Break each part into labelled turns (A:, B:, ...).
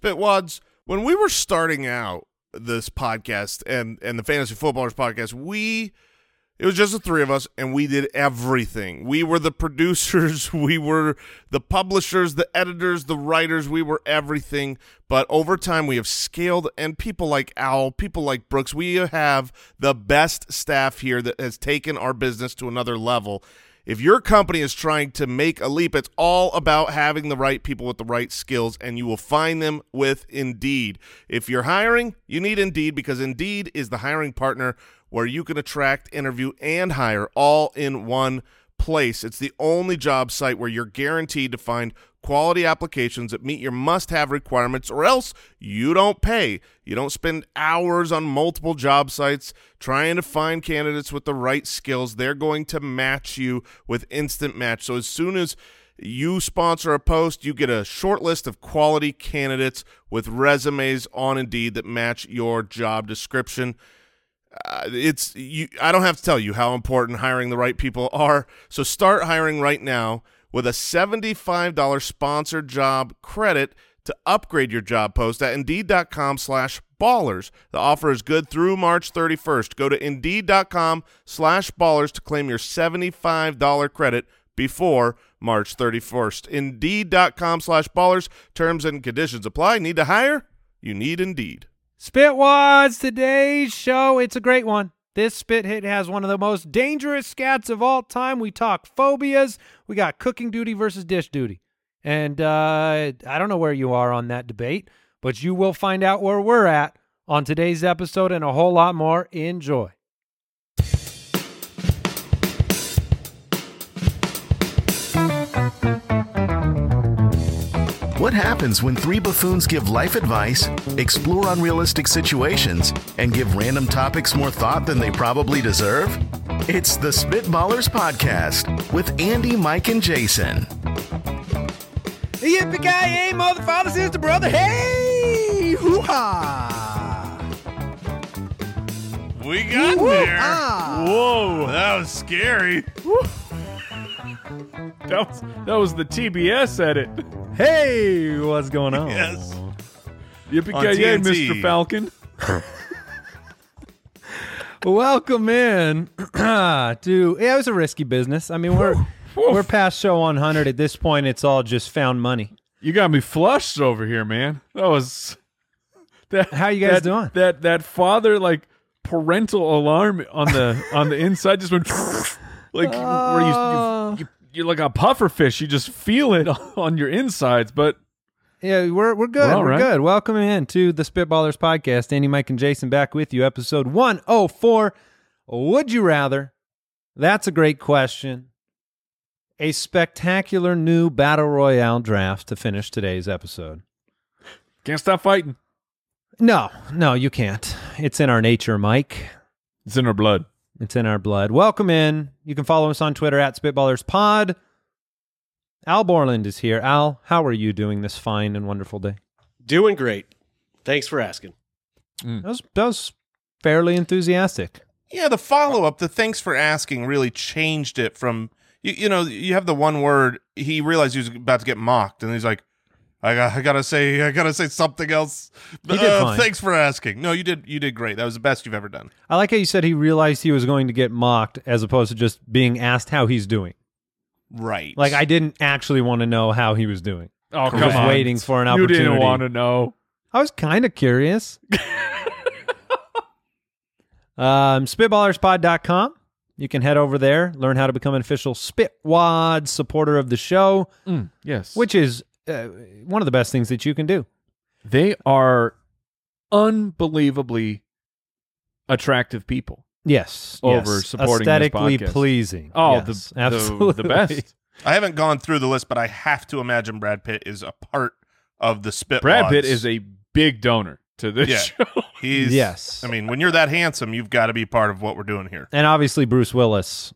A: Spitwads, when we were starting out this podcast and and the Fantasy Footballers podcast, we it was just the three of us and we did everything. We were the producers, we were the publishers, the editors, the writers, we were everything. But over time we have scaled and people like Owl, people like Brooks, we have the best staff here that has taken our business to another level. If your company is trying to make a leap, it's all about having the right people with the right skills, and you will find them with Indeed. If you're hiring, you need Indeed because Indeed is the hiring partner where you can attract, interview, and hire all in one place. It's the only job site where you're guaranteed to find quality applications that meet your must have requirements, or else you don't pay. You don't spend hours on multiple job sites trying to find candidates with the right skills. They're going to match you with instant match. So as soon as you sponsor a post, you get a short list of quality candidates with resumes on Indeed that match your job description. Uh, it's you I don't have to tell you how important hiring the right people are. So start hiring right now with a $75 sponsored job credit to upgrade your job post at indeed.com slash ballers. The offer is good through March 31st. Go to indeed.com slash ballers to claim your $75 credit before March 31st. Indeed.com slash ballers. Terms and conditions apply. Need to hire? You need Indeed.
B: Spitwads, today's show, it's a great one. This spit hit has one of the most dangerous scats of all time. We talk phobias. We got cooking duty versus dish duty. And uh, I don't know where you are on that debate, but you will find out where we're at on today's episode and a whole lot more. Enjoy.
C: What happens when three buffoons give life advice, explore unrealistic situations, and give random topics more thought than they probably deserve? It's the Spitballers Podcast with Andy, Mike, and Jason.
D: Yippee ki yay, mother, father, sister, brother, hey, hoo ha!
A: We got there.
D: ah.
A: Whoa, that was scary.
E: That was, that was the TBS edit.
B: Hey, what's going on?
A: Yes. On
E: Yippee ki yay,
A: TNT.
E: Mr. Falcon.
B: Welcome in to yeah, it was a risky business. I mean, we're we're past show 100 at this point. It's all just found money.
E: You got me flushed over here, man. That was that.
B: How you guys
E: that-
B: doing?
E: That that father like parental alarm on the on the inside just went like
B: Oh.
E: where you, you, you are like a puffer fish. You just feel it on your insides, but
B: Yeah, we're we're good.
E: We're all
B: We're,
E: right.
B: good. Welcome in to the Spitballers podcast. Andy, Mike, and Jason back with you. Episode one oh four. Would you rather? That's a great question. A spectacular new battle royale draft to finish today's episode.
E: can't stop fighting.
B: No, no, you can't. It's in our nature, Mike.
E: It's in our blood.
B: It's in our blood. Welcome in. You can follow us on Twitter at Spitballers Pod. Al Borland is here. Al, how are you doing this fine and wonderful day?
F: Doing great. Thanks for asking.
B: Mm. That was, that was fairly enthusiastic.
A: Yeah, the follow up, the thanks for asking, really changed it from you. You know, you have the one word. He realized he was about to get mocked, and he's like, "I got, I gotta say, I gotta say something else." Uh,
B: did fine.
A: Thanks for asking. No, you did, you did great. That was the best you've ever done.
B: I like how you said he realized he was going to get mocked as opposed to just being asked how he's doing.
A: Right.
B: Like, I didn't actually want to know how he was doing.
E: Oh
B: I'm
E: come
B: just
E: on!
B: waiting for an
E: You didn't
B: opportunity.
E: want to know.
B: I was kind of curious. um, SpitballersPod.com. You can head over there, learn how to become an official Spitwad supporter of the show,
E: Mm, yes.
B: which is uh, one of the best things that you can do.
E: they are unbelievably attractive people.
B: Yes,
E: Over
B: yes.
E: supporting this
B: aesthetically
E: podcast.
B: pleasing.
E: Oh,
B: Yes,
E: the, the the best.
A: I haven't gone through the list, but I have to imagine Brad Pitt is a part of the spit.
E: Brad Pitt is a big donor to this
A: Yeah.
E: show.
A: He's,
B: Yes.
A: I mean, when you're that handsome, you've got to be part of what we're doing here.
B: and obviously Bruce Willis.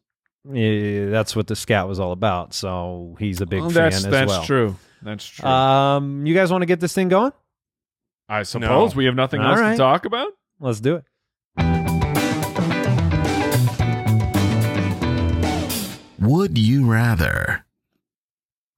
B: eh, that's what the scout was all about. So he's a big
E: Well,
B: fan
E: Oh, that's
B: as
E: that's
B: well.
E: true. That's true.
B: Um, you guys want to get this thing going?
E: I suppose
A: no.
E: we have nothing
B: All
E: else
B: right.
E: to talk about.
B: Let's do it.
C: Would you rather?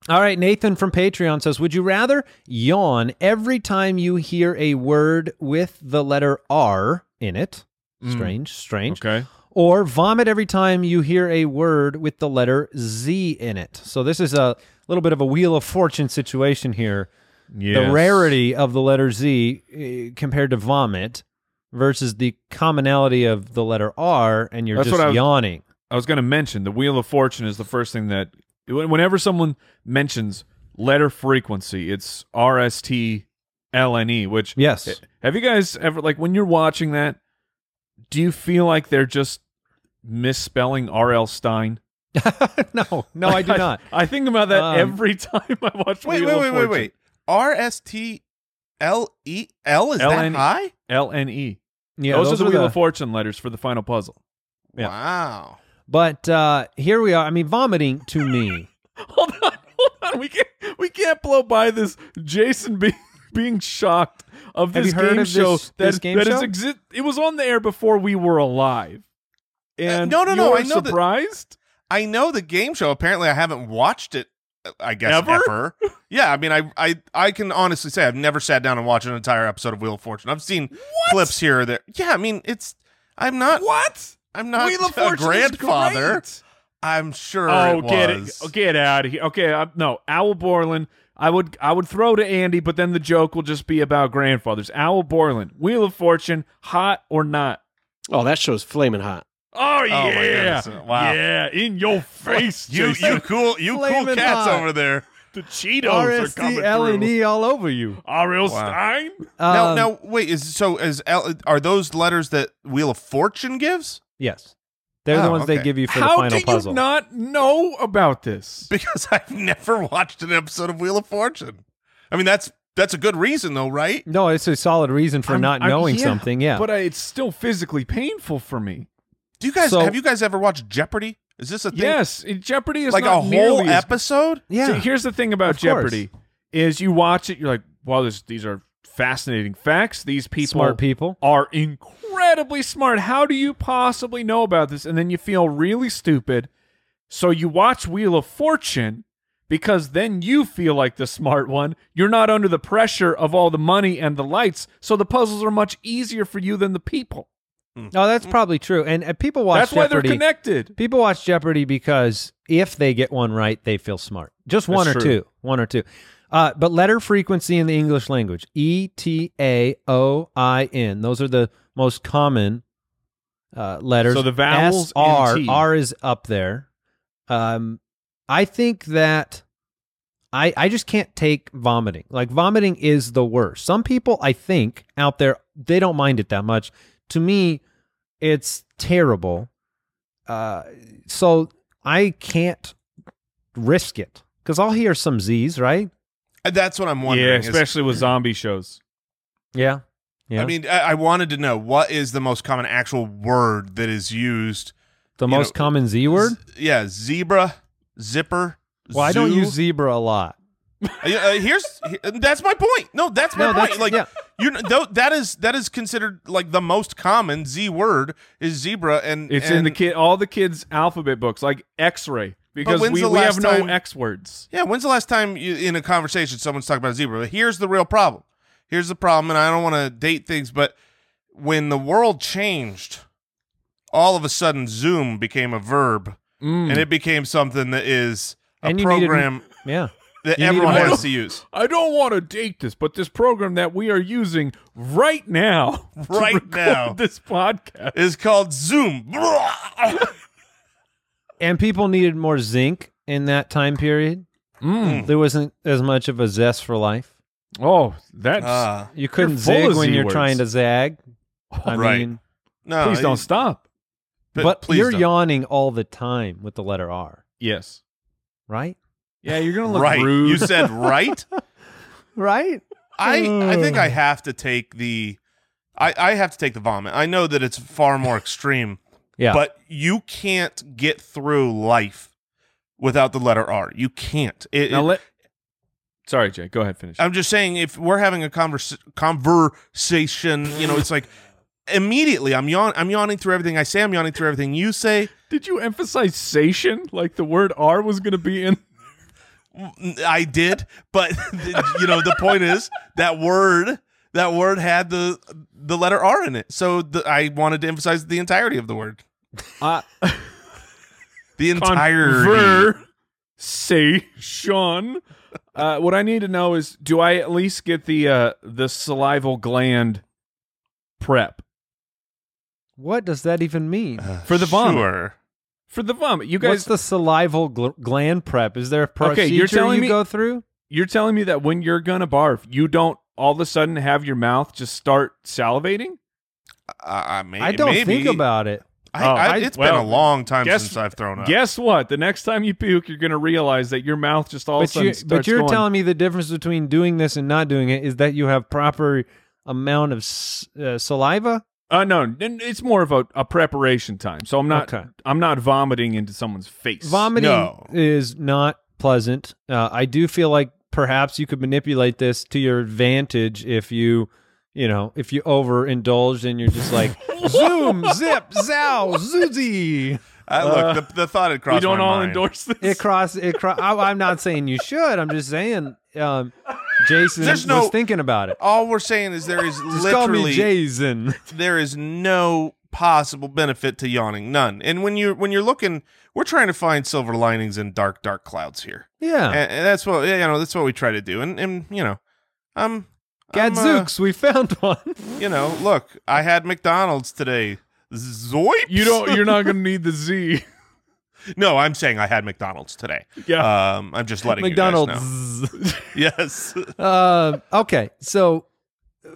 B: All right, Nathan from Patreon says, Would you rather yawn every time you hear a word with the letter R in it? Strange, strange.
E: Mm. Okay.
B: Or vomit every time you hear a word with the letter Z in it. So this is a little bit of a wheel of fortune situation here. The
E: Yes.
B: rarity of the letter Z uh, compared to vomit versus the commonality of the letter R, and you're
E: That's
B: just
E: what I was-
B: yawning.
E: I was going to mention the Wheel of Fortune is the first thing that when- whenever someone mentions letter frequency, it's R S T L N E. Which
B: Yes.
E: have you guys ever like when you're watching that? Do you feel like they're just misspelling R L Stein?
B: no, no, I do not.
E: I, think about that
B: Um,
E: every time I watch.
A: Wait,
E: Wheel
A: wait, wait, wait,
E: of Fortune.
A: wait. R S T L E L is that
E: LNE.
A: high?
E: L N E.
B: Yeah,
E: those, are the Wheel of Fortune letters for the final puzzle. Yeah.
A: Wow.
B: But uh, here we are. I mean, vomiting to me.
E: Hold on, hold on. We can't we can't blow by this Jason be, being shocked of
B: Have
E: this
B: you heard
E: game
B: of
E: show
B: this-
E: that-
B: this game
E: that is
B: show?
E: exi- it was on the air before we were alive. And
A: no, no, no,
E: you're
A: I know that-
E: surprised.
A: I know the game show. Apparently, I haven't watched it. uh, I guess
E: Ever?
A: ever. Yeah, I mean, I, I I can honestly say I've never sat down and watched an entire episode of Wheel of Fortune. I've seen clips here or there. Yeah, I mean, it's I'm not
E: What?
A: I'm not
E: Wheel of
A: a
E: Fortune is
A: grandfather.
E: great.
A: I'm sure.
E: Oh,
A: it
E: get
A: was.
E: it, oh, get out of here. Okay, I, no, Owl Borland. I would I would throw to Andy, but then the joke will just be about grandfathers. Owl Borland, Wheel of Fortune, hot or not?
G: Oh, that show's flaming hot.
E: Oh,
A: my
E: yeah,
A: goodness. Wow.
E: yeah, in your face,
A: You you
E: Jason.
A: cool you cool
B: Flamin'
A: cats
B: hot.
A: over there.
E: The Cheetos
B: E all over you.
E: R.L.
A: Wow.
E: Stein?
A: now
B: Um,
A: now wait is so is L, are those letters that Wheel of Fortune gives?
B: Yes. They're the
A: Oh,
B: ones they
A: okay.
B: give you for the
E: How
B: final
E: do
B: puzzle.
E: you not know about this?
A: Because I've never watched an episode of Wheel of Fortune. I mean that's that's a good reason though, right?
B: no, it's a solid reason for
E: I'm-
B: not
E: I'm-
B: knowing
E: yeah,
B: something. Yeah.
E: But uh, I, it's still physically painful for me.
A: Do you guys
B: So-
A: have you guys ever watched Jeopardy? Is this a thing?
E: Yes, it- Jeopardy is
A: like
E: not
A: a whole
E: nearly as-
A: episode.
B: yeah.
E: See, here's the thing about
B: Of course.
E: Jeopardy is you watch it, you're like, wow, this, these are fascinating facts. These people,
B: Smart people.
E: are incredibly smart. How do you possibly know about this? And then you feel really stupid. So you watch Wheel of Fortune because then you feel like the smart one. You're not under the pressure of all the money and the lights. So the puzzles are much easier for you than the people.
B: No, that's probably true. And uh, people watch
E: Hmm. That's why
B: Jeopardy.
E: they're connected.
B: People watch Jeopardy because if they get one right, they feel smart. Just one
E: That's
B: or
E: true.
B: two. One or two. Uh, but letter frequency in the English language E T A O I N. Those are the most common uh, letters.
E: So the vowels
B: S, R.
E: in T.
B: R is up there. Um, I think that. I, I just can't take vomiting. Like vomiting is the worst. Some people I think out there they don't mind it that much. To me, it's terrible. Uh, so I can't risk it because I'll hear some Z's, right?
A: That's what I'm wondering.
E: Yeah,
A: is-
E: especially with zombie shows.
B: Yeah. Yeah.
A: I mean, I, I wanted to know what is the most common actual word that is used.
B: the
A: you
B: most
A: know,
B: common Z word.
A: Z- yeah, zebra, zipper.
B: well, I don't
A: zoo.
B: use zebra a lot.
A: Uh, yeah, uh, here's he- that's my point. No, that's my
B: No,
A: point.
B: that's-
A: like
B: yeah.
A: you know, tho- that is that is considered like the most common Z word is zebra, and
E: It's in
A: and-
E: the kid, all the kids' alphabet books, like X-ray, because
A: when's
E: we,
A: the
E: we have
A: last
E: no
A: time-
E: X words.
A: Yeah, when's the last time you, in a conversation someone's talking about a zebra? But here's the real problem. Here's the problem, and I don't want to date things, but when the world changed, all of a sudden Zoom became a verb, and it became something that is a
B: And you needed-
A: program
B: Yeah.
A: that
B: you needed
A: everyone
E: more.
A: has to use.
E: I don't want to date this, but this program that we are using right now, to
A: Right
E: record
A: now.
E: this podcast.
A: Is called Zoom.
B: And people needed more zinc in that time period.
E: Hmm.
B: There wasn't as much of a zest for life.
E: Mm. Oh, that's
A: Ah,
B: You couldn't
E: full
B: zig
E: of
B: when
E: Z
B: you're
E: words.
B: trying to zag. I
A: Right.
B: mean,
A: no,
E: please don't
A: it-
E: stop.
B: but,
A: please
B: you're
A: don't.
B: yawning all the time with the letter R,
E: Yes.
B: right?
E: Yeah, you're gonna look
A: Right,
E: rude.
A: you said right.
B: Right?
A: I I think I have to take the I, I have to take the vomit. I know that it's far more extreme.
B: Yeah.
A: But you can't get through life without the letter R. You can't. It-
E: now
A: it- Uh,
E: let. Sorry, Jay. Go ahead. Finish.
A: I'm just saying if we're having a convers- conversation, you know, it's like immediately I'm yawn I'm yawning through everything I say, I'm yawning through everything you say.
E: Did you emphasize sation? Like the word R was gonna be in.
A: Mm, I did, but you know the point is that word that word had the the letter R in it, so the, I wanted to emphasize the entirety of the word.
E: Uh,
A: The entire
E: conversation. Uh, what I need to know is, do I at least get the uh, the salival gland prep
B: What does that even mean?
E: for the vomit?
A: Sure.
E: For the vomit, you
B: What's
E: guys.
B: the salival gl- gland prep? Is there a procedure
E: Okay, you're telling
B: you
E: me-
B: go through?
E: you're telling me that when you're gonna barf, you don't all of a sudden have your mouth just start salivating?
A: I, I, may,
B: I don't
A: maybe.
B: think about it.
A: I,
E: Oh,
A: I,
E: I-
A: it's
E: well,
A: been a long time
E: guess-
A: since I've thrown up.
E: Guess what? The next time you puke, you're gonna realize that your mouth just all of a
B: But,
E: sudden
B: you, but
E: starts
B: you're
E: going-
B: telling me the difference between doing this and not doing it is that you have proper amount of s- uh, saliva?
E: Uh, no, n- it's more of a, a preparation time. So I'm not
B: Okay.
E: I'm not vomiting into someone's face.
B: Vomiting
A: No.
B: is not pleasant. Uh, I do feel like perhaps you could manipulate this to your advantage if you, you know, if you overindulge and you're just like zoom, zip, zow, zoozy.
A: I, look, the, the thought had
E: uh, We
A: crossed
E: don't
A: my
E: all
A: mind.
E: endorse this.
B: It cross. It cross. I, I'm not saying you should. I'm just saying, um, Jason
A: There's
B: was
A: no-
B: thinking about it.
A: all we're saying is there is
B: Just call me
A: literally
B: Jason.
A: there is no possible benefit to yawning none and when you're when you're looking we're trying to find silver linings in dark dark clouds here
B: Yeah.
A: and, and that's what you know that's what we try to do and and you know um I'm, uh,
B: Gadzooks, we found one.
A: you know look i had mcdonald's today zoips
E: You don't. You're not gonna need the Z.
A: no i'm saying i had mcdonald's today
E: Yeah.
A: um i'm just letting you
B: McDonald's.
A: guys know. yes
B: Uh, okay, so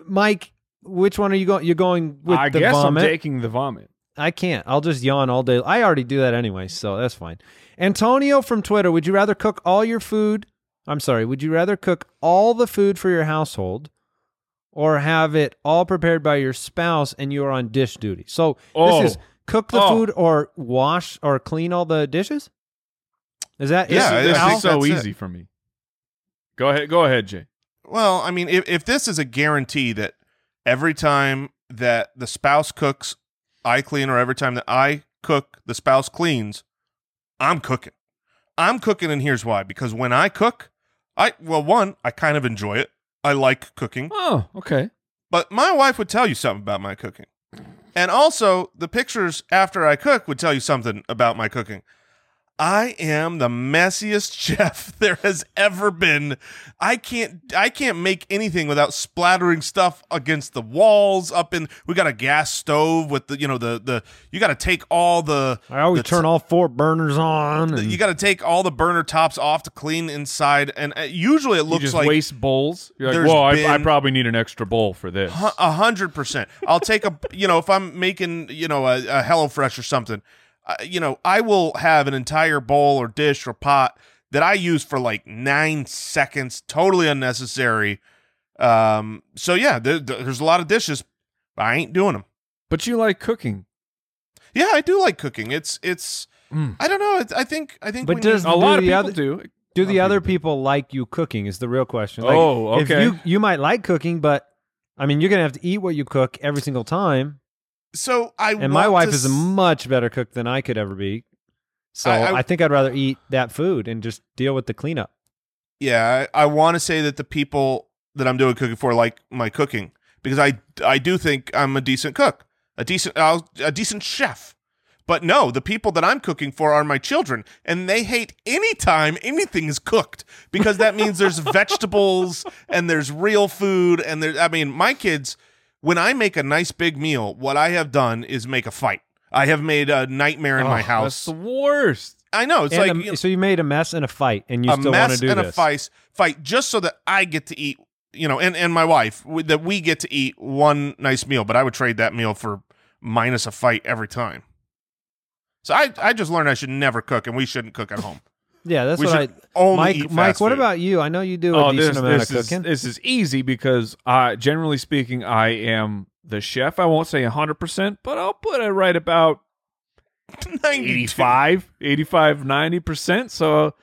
B: Mike, which one are you going? You're going with
E: I
B: the
E: guess
B: vomit.
E: I'm taking the vomit.
B: I can't. I'll just yawn all day. I already do that anyway, so that's fine. Antonio from Twitter, would you rather cook all your food? I'm sorry, would you rather cook all the food for your household or have it all prepared by your spouse and you are on dish duty? So
E: Oh.
B: this is cook the
E: Oh.
B: food or wash or clean all the dishes? Is that is
A: Yeah,
B: it
A: I
E: This
A: think
E: is so
A: that's it.
E: easy for me. Go ahead. Go ahead, Jay.
A: Well, I mean, if, if this is a guarantee that every time that the spouse cooks, I clean, or every time that I cook, the spouse cleans, I'm cooking. I'm cooking, and here's why. Because when I cook, I, well, one, I kind of enjoy it. I like cooking.
E: Oh, okay.
A: But my wife would tell you something about my cooking. And also, the pictures after I cook would tell you something about my cooking. I am the messiest chef there has ever been. I can't I can't make anything without splattering stuff against the walls up in we got a gas stove with the you know the the you got to take all the
B: I always
A: the
B: turn all four burners on.
A: you
B: and-
A: got to take all the burner tops off to clean inside and uh, usually it
E: You
A: looks
E: just
A: like
E: waste bowls. You're like,
A: there's
E: whoa, I, I
A: been-
E: probably need an extra bowl for this.
A: Hu- A hundred percent. I'll take a you know if I'm making you know a, a HelloFresh or something, uh, you know I will have an entire bowl or dish or pot that I use for like nine seconds, totally unnecessary. Um, so yeah, there, there's a lot of dishes. but I ain't doing them.
E: But you like cooking.
A: Yeah, I do like cooking. It's it's
E: Mm.
A: I don't know. It's, I think I think
B: But
A: we
B: does-
A: need-
E: A lot of
B: the
E: people
B: other-
E: do.
B: Do the
E: Not
B: other
E: people.
B: people like you cooking? Is the real question. Like,
E: Oh,
B: If
E: okay.
B: you you might like cooking, but I mean, you're gonna have to eat what you cook every single time.
A: so I
B: And my
A: want
B: wife
A: to
B: is a
A: s-
B: much better cook than I could ever be. So
A: I-
B: I,
A: I-
B: think I'd rather eat that food and just deal with the cleanup.
A: yeah i, I want to say that the people that i'm doing cooking for like my cooking because i i do think i'm a decent cook a decent I'll, a decent chef but no the people that i'm cooking for are my children and they hate anytime anything is cooked because that means there's vegetables and there's real food and there i mean my kids when i make a nice big meal what i have done is make a fight i have made a nightmare in my
E: Oh, That's
A: house
E: the worst.
A: i know it's
B: And
A: like
B: a-
A: you know-
B: so you made a mess and a fight, and you
A: a
B: still want to
A: mess
B: do
A: and
B: this.
A: a fight, fight just so that I get to eat, you know, and, and my wife, w- that we get to eat one nice meal, but I would trade that meal for minus a fight every time. So I, I just learned I should never cook and we shouldn't cook at home.
B: Yeah, that's
A: we
B: what I.
A: should only
B: Mike,
A: eat
B: Mike,
A: fast
B: what
A: food.
B: about you? I know you do a
E: oh,
B: decent
E: this,
B: amount
E: this
B: of
E: is,
B: cooking.
E: this is easy because uh, generally speaking, I am the chef. I won't say 100%, but I'll put it right about
A: 92?
E: 85, 85, 90%. So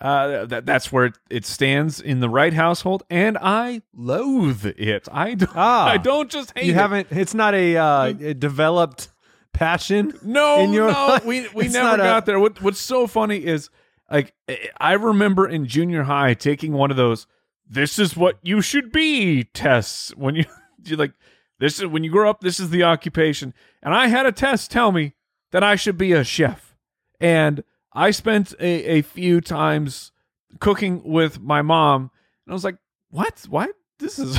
E: uh, that, that's where it, it stands in the right household. And I loathe it. I don't,
B: Ah.
E: I don't just hate
B: you
E: it.
B: haven't. It's not a, uh, a developed passion.
E: No,
B: in your
E: no,
B: life.
E: we we
B: It's
E: never
B: not a-
E: got there. What what's so funny is Like I- I remember in junior high taking one of those this is what you should be tests when you you like this is when you grow up this is the occupation and I had a test tell me that I should be a chef and I spent a, a few times cooking with my mom and I was like what why this is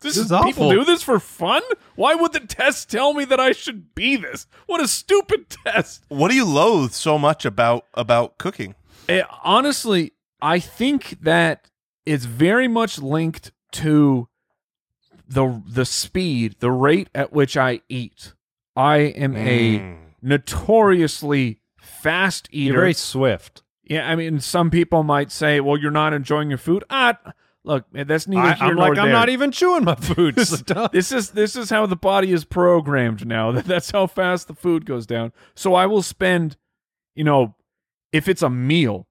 E: this,
B: is
E: is, people
B: awful.
E: do this for fun why would the test tell me that I should be this what a stupid test
A: What do you loathe so much about about cooking?
E: Eh, honestly, I think that it's very much linked to the the speed, the rate at which I eat. I am a notoriously fast eater.
B: You're very swift.
E: yeah, I mean, some people might say, "Well, you're not enjoying your food." Ah, look, eh, that's neither
B: I,
E: here
B: am
E: nor
B: like, I'm
E: there.
B: not even chewing my food. Stop.
E: This is this is how the body is programmed now. That's how fast the food goes down. So I will spend, you know, if it's a meal,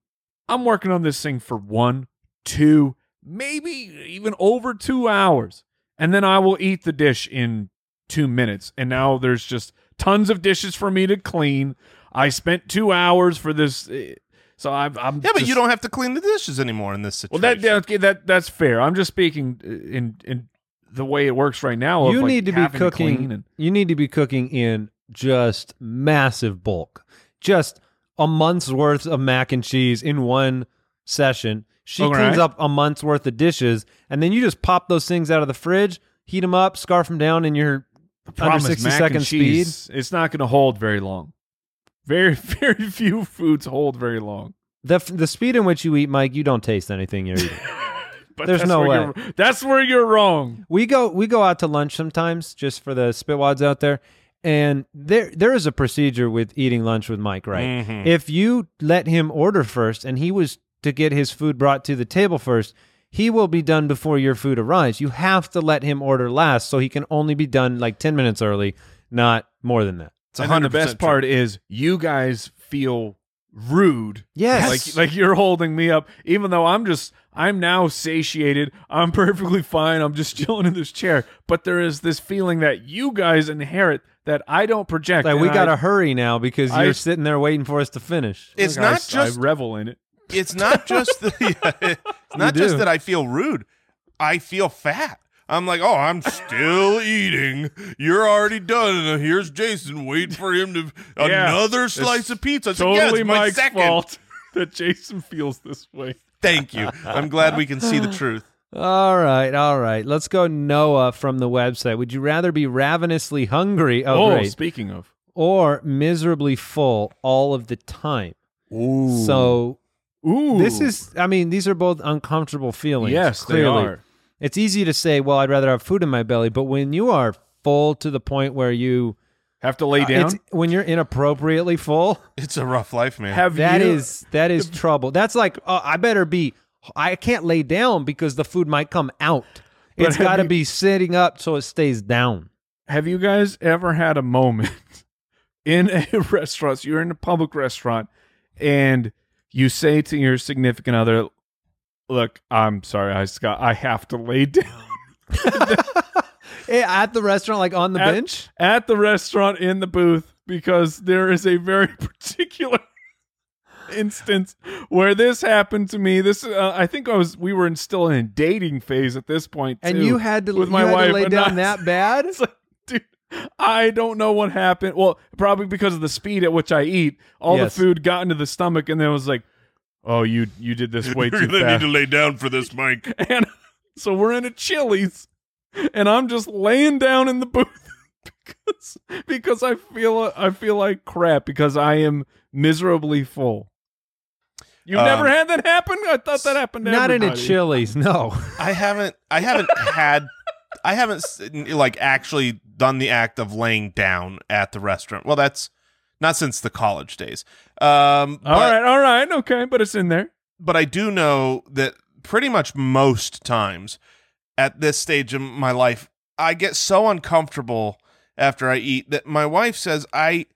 E: I'm working on this thing for one, two, maybe even over two hours, and then I will eat the dish in two minutes. And now there's just tons of dishes for me to clean. I spent two hours for this, eh, so I've, I'm
A: Yeah, but
E: just-
A: you don't have to clean the dishes anymore in this
E: Well,
A: situation.
E: that, that okay, that that's fair. I'm just speaking uh, in in the way it works right now. of,
B: you
E: like,
B: need to be
E: having
B: cooking.
E: clean and
B: you need to be cooking in just massive bulk, just a month's worth of mac and cheese in one session. She
E: All
B: cleans
E: right.
B: up a month's worth of dishes, and then you just pop those things out of the fridge, heat them up, scarf them down in your under
E: Problem is,
B: sixty
E: mac
B: second
E: and
B: speed.
E: cheese, It's not going to hold very long. Very very few foods hold very long.
B: The f- the speed in which you eat, Mike, you don't taste anything you're eating.
E: But
B: There's
E: that's
B: no
E: where
B: way.
E: you're- That's where you're wrong.
B: we go we go out to lunch sometimes just for the spitwads out there and there there is a procedure with eating lunch with mike right
E: Mm-hmm.
B: if you let him order first and he was to get his food brought to the table first he will be done before your food arrives you have to let him order last so he can only be done like 10 minutes early not more than that
A: It's 100%
E: And the best
A: true.
E: part is you guys feel rude.
B: Yes.
E: Like like you're holding me up even though I'm just I'm now satiated. I'm perfectly fine. I'm just chilling in this chair. But there is this feeling that you guys inherit that I don't project.
B: like we
E: and I-
B: gotta hurry now because
E: I-
B: you're sitting there waiting for us to finish
A: It's
E: I-
A: not just
E: I revel in it.
A: it's not just the, it's not
B: do.
A: just that I feel rude. I feel fat. I'm like, oh, I'm still eating. You're already done. And here's Jason waiting for him to
E: Yeah.
A: another
E: It's
A: slice of pizza. It's like,
E: totally
A: yeah, it's my
E: Mike's
A: second.
E: fault that Jason feels this way.
A: Thank you. I'm glad we can see the truth.
B: All right, all right. Let's go Noah from the website. Would you rather be ravenously hungry? Oh, great.
E: speaking of,
B: Or miserably full all of the time? Ooh. So
E: ooh,
B: this is I mean, these are both uncomfortable feelings.
E: yes, they
B: clearly.
E: are.
B: It's easy to say, well, I'd rather have food in my belly, but when you are full to the point where you
E: Have to lay down.
B: Uh, it's when you're inappropriately full,
A: It's a rough life, man.
E: have
B: that
E: you-
B: is that is trouble. That's like uh, I better be I can't lay down because the food might come out.
E: But
B: It's
E: have
B: got to
E: you-
B: be sitting up so it stays down.
E: Have you guys ever had a moment in a restaurant? So you're in a public restaurant, and you say to your significant other, "Look, I'm sorry, I Scott, I have to lay down."
B: Eh, at the restaurant, like on the
E: at,
B: bench.
E: at the restaurant in the booth because there is a very particular instance where this happened to me. This uh, I think I was we were in, still in a dating phase at this point,
B: And
E: too,
B: you had to,
E: with
B: you
E: my
B: had
E: wife
B: to lay
E: and
B: down
E: I-
B: that bad?
E: It's like, dude, I don't know what happened. Well, probably because of the speed at which I eat, all
B: Yes.
E: the food got into the stomach, and then it was like, "Oh, you you did this way
A: You're
E: too
A: gonna need
E: fast."
A: to lay down for this, Mike.
E: and so we're in a Chili's, and I'm just laying down in the booth because because I feel I feel like crap because I am miserably full. You
A: Um,
E: never had that happen. I thought that happened. To
B: Not in a
E: everybody.
B: Chili's, no.
A: I haven't. I haven't had. I haven't s- like actually done the act of laying down at the restaurant. Well, that's not since the college days. Um,
E: All
A: but-
E: right, all right, okay, but it's in there.
A: but I do know that pretty much most times at this stage of my life, I get so uncomfortable after I eat that my wife says I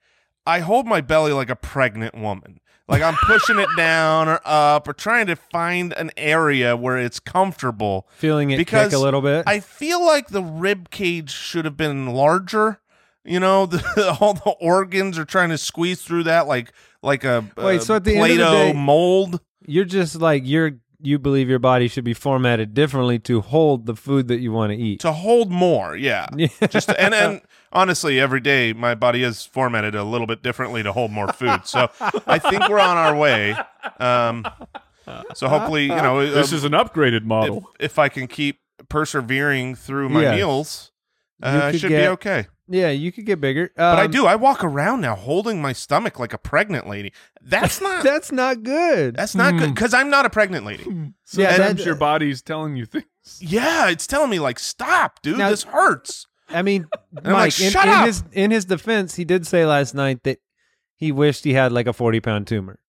A: I hold my belly like a pregnant woman. Like I'm pushing it down or up or trying to find an area where it's comfortable.
B: Feeling it kick
A: Because
B: a little bit.
A: I feel like the rib cage should have been larger You know, the, all the organs are trying to squeeze through that like like a
B: Wait,
A: uh,
B: so at the end of the
A: Play-Doh
B: day-
A: mold.
B: You're just like you're you believe your body should be formatted differently to hold the food that you want to eat.
A: to hold more yeah just and and honestly every day my body is formatted a little bit differently to hold more food so i think we're on our way um so hopefully you know
E: This
A: um,
E: is an upgraded
A: if,
E: model.
A: if i can keep persevering through my
B: Yes.
A: meals
B: You
A: uh, i
B: could
A: should be
B: get-
A: okay
B: yeah, you could get bigger.
A: but i
B: Um,
A: do i walk around now holding my stomach like a pregnant lady that's not
B: That's not good.
A: that's not
B: hmm.
A: good because i'm not a pregnant lady
B: yeah,
E: Sometimes
B: that-
E: your body's telling you things.
A: yeah it's telling me like stop dude
B: Now-
A: this hurts
B: I mean,
A: I'm like,
B: Mike, in,
A: "Shut
B: in
A: up!"
B: his in his defense, he did say last night that he wished he had like a forty pound tumor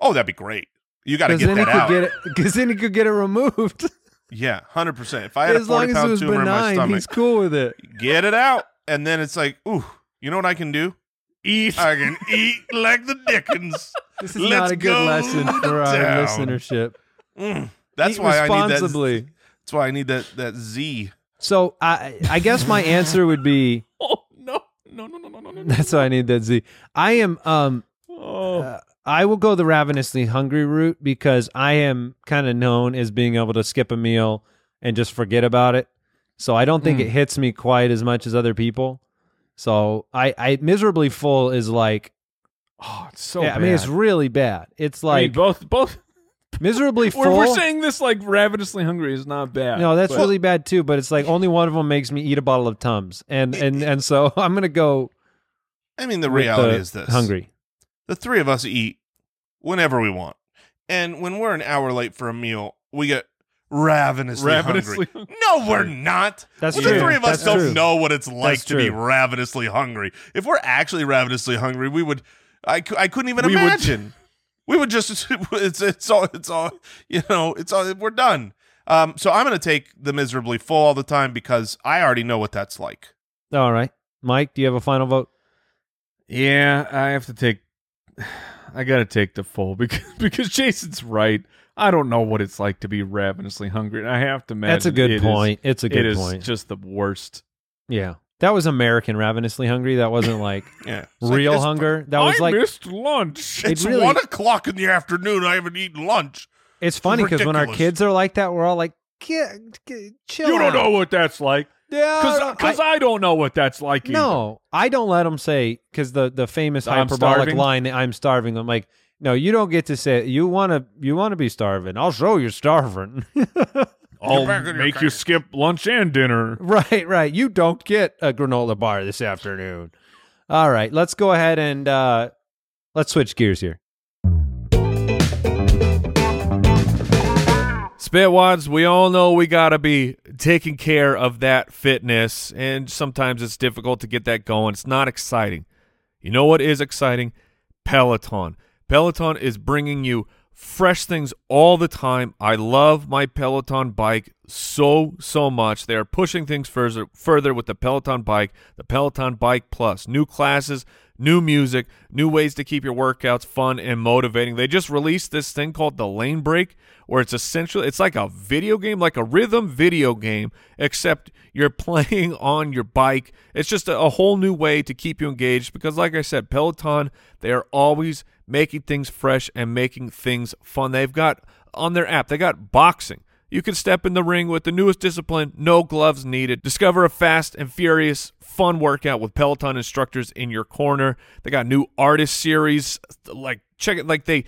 A: oh that'd be great you got to get
B: then he
A: that
B: could
A: out
B: get it because then he could get it removed.
A: Yeah, hundred percent. If I had a
B: as
A: forty
B: long as it
A: pound
B: was
A: tumor in my
B: benign,
A: stomach,
B: he's cool with it.
A: get it out, and then it's like, ooh, you know what I can do? Eat. I can eat like the Dickens.
B: This is
A: Let's
B: not a good
A: go
B: lesson for our
A: down.
B: listenership.
A: Mm. That's
B: Eat
A: why I need that.
B: responsibly.
A: That's why I need that that Z.
B: So I I guess my answer would be
E: Oh no, no, no, no, no, no, no.
B: that's why I need that Z. I am um
E: Oh.
B: Uh, I will go the ravenously hungry route because I am kind of known as being able to skip a meal and just forget about it. So I don't
E: Hmm.
B: think it hits me quite as much as other people. So I, I miserably full is like,
E: oh, it's so.
B: yeah, I mean, it's
E: bad.
B: really bad. It's
E: I mean,
B: like
E: both both.
B: miserably full.
E: We're, we're saying this like ravenously hungry is not bad.
B: no, that's
E: but-
B: really bad too. But it's like only one of them makes me eat a bottle of Tums, and and and so I'm gonna go.
A: I mean, the
B: with
A: reality
B: the
A: is this:
B: hungry.
A: the three of us eat whenever we want, and when we're an hour late for a meal, we get ravenously,
E: ravenously.
A: hungry. No, we're not.
B: That's
A: well,
B: true.
A: The three of us
B: That's
A: don't
B: true.
A: know what it's like
B: That's
A: to be
B: true.
A: ravenously hungry. If we're actually ravenously hungry, we would. I, cou- I couldn't even
E: We would-
A: imagine. we would just. It's it's all it's all you know. It's all we're done. Um, so I'm gonna take the miserably full all the time because I already know what that's like.
B: All right, Mike, do you have a final vote?
E: Yeah, I have to take. I gotta take the full because because Jason's right. I don't know what it's like to be ravenously hungry, and I have to imagine
B: That's a good
E: it is-
B: point. it's a good
E: it is
B: point.
E: just the worst.
B: Yeah. That was American ravenously hungry. That wasn't like
A: Yeah, It's like,
B: real
A: it's-
B: hunger. That was
E: I
B: like
E: missed lunch.
B: it
A: It's
B: really-
A: one o'clock in the afternoon. I haven't eaten lunch.
B: it's funny because when our
A: ridiculous.
B: kids are like that, we're all like, "Ki- ki- chill.
E: You
B: out."
E: don't know what that's like
B: Yeah, I-
E: because I, don't know what that's like.
B: no, I don't let them say because the the famous
E: I'm
B: hyperbolic
E: starving.
B: line that I'm starving. I'm like, no, you don't get to say it. you want to you want to be starving. I'll show you starving.
E: either.
A: back in
E: I'll
A: your
E: make you
A: cage.
E: skip lunch and dinner.
B: right, right. You don't get a granola bar this afternoon. All right, let's go ahead and uh, let's switch gears here.
E: Spit wads, we all know we got to be taking care of that fitness, and sometimes it's difficult to get that going. It's not exciting. You know what is exciting? Peloton. Peloton is bringing you fresh things all the time. I love my Peloton bike so so much. They are pushing things further further with the Peloton bike, the Peloton Bike Plus. New classes, new music, new ways to keep your workouts fun and motivating. They just released this thing called the Lane Break where it's essentially it's like a video game, like a rhythm video game, except you're playing on your bike. It's just a, a whole new way to keep you engaged because like I said, Peloton, they are always making things fresh and making things fun. They've got on their app, they got boxing. You can step in the ring with the newest discipline, no gloves needed. Discover a fast and furious fun workout with Peloton instructors in your corner. They got new artist series like check it like they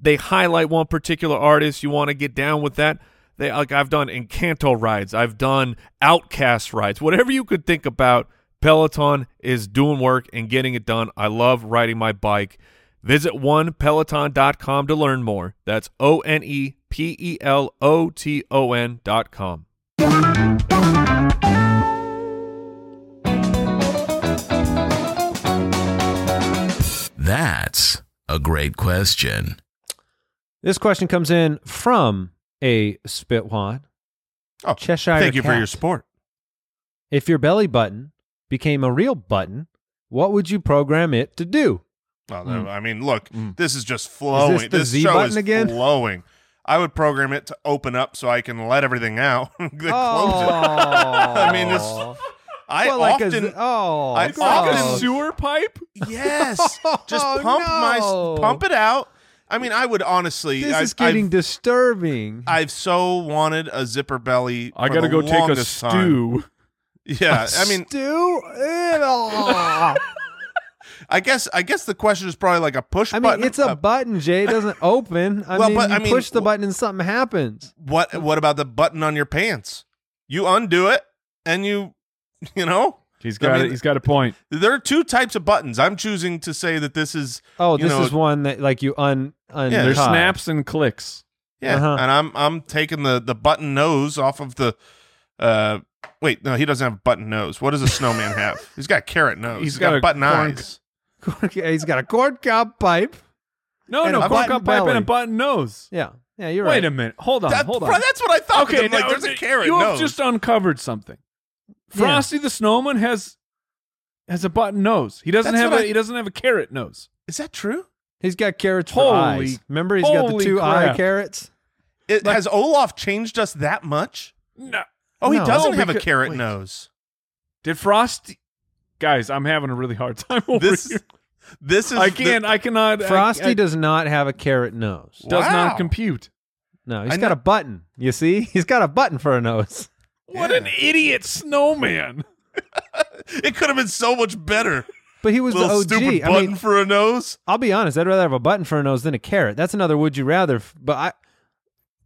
E: they highlight one particular artist, you want to get down with that. They like I've done Encanto rides, I've done Outcast rides. Whatever you could think about, Peloton is doing work and getting it done. I love riding my bike. Visit onepeloton.com to learn more. That's O N E P E L O T O N dot com.
C: That's a great question.
B: This question comes in from a spitwad.
A: Oh,
B: Cheshire.
A: Thank you for
B: Cat.
A: your support.
B: If your belly button became a real button, what would you program it to do?
A: Well, no, Oh, I mean, look,
E: Mm.
A: this is just flowing.
B: the
A: this
B: Z
A: show
B: button
A: is
B: again?
A: flowing. I would program it to open up so I can let everything out. then close it. I mean, this I
B: Well, like
A: often
B: a, oh,
A: I
B: gross.
H: Like a
A: often-
H: sewer pipe?
A: yes, just
B: Oh,
A: pump my
B: no.
A: pump it out. I mean, I would honestly.
B: this
A: I,
B: is getting
A: I've,
B: disturbing.
A: I've so wanted a zipper belly.
H: I
A: for the
H: gotta go take a
A: longest time.
H: stew.
A: Yeah, I mean,
B: Stu, Ew.
A: I guess I guess the question is probably like a push
B: I mean,
A: button.
B: it's a
A: Uh,
B: button, Jay. It doesn't open. I,
A: Well,
B: mean,
A: but,
B: you
A: I mean,
B: push the
A: wh-
B: button and something happens.
A: what
H: Hmm.
A: what about the button on your pants? You undo it and you you know
H: He's
A: I
H: got
A: mean-
H: it. He's got a point.
A: there are two types of buttons. I'm choosing to say that this is
B: Oh,
A: You
B: this
A: know,
B: is one that like you un un.
A: Yeah,
H: There's
B: tie.
H: snaps and clicks.
A: yeah,
B: Uh-huh.
A: and I'm I'm taking the the button nose off of the uh wait no he doesn't have a button nose. What does a snowman have? He's got carrot nose.
H: Oh, He's
A: he's got,
H: got a
A: button
H: corn-
A: eyes.
B: Okay, He's got a corn cob pipe.
H: No,
B: And
H: no,
B: a
H: corn
B: button
H: cob pipe and
B: belly.
H: a button nose.
B: Yeah, yeah, you're
H: Wait
B: right.
H: a minute. Hold on.
A: That-
H: hold on.
A: bro, that's what I thought.
H: okay,
A: I'm like
H: now
A: there's a
H: th-
A: carrot
H: You
A: nose.
H: have just uncovered something. Frosty the Snowman has has a button nose. He doesn't
A: That's
H: have a
A: what I-
H: he doesn't have a carrot nose.
A: is that true?
B: He's got carrots for
H: Holy-
B: eyes. Remember, he's got the
H: holy
B: two eye
H: crap.
B: carrots.
A: It, has Olaf changed us that much?
H: No.
A: Oh, he
B: No.
A: doesn't
H: No,
A: have a
H: because-
A: carrot
H: wait.
A: nose.
H: Did Frosty Guys, I'm having a really hard time over
A: This
H: here.
A: this is
H: I
A: the-
H: can't I cannot I-
B: Frosty
H: I-
B: does not have a carrot nose.
H: does
A: Wow.
H: not compute.
B: No, he's
A: I
B: got
A: know-
B: a button. You see, he's got a button for a nose.
H: What an idiot snowman.
A: it could have been so much better.
B: But he was the
A: Little
B: OG.
A: stupid
B: I
A: button
B: mean,
A: for a nose.
B: I'll be honest. I'd rather have a button for a nose than a carrot. That's another would you rather. f- But I,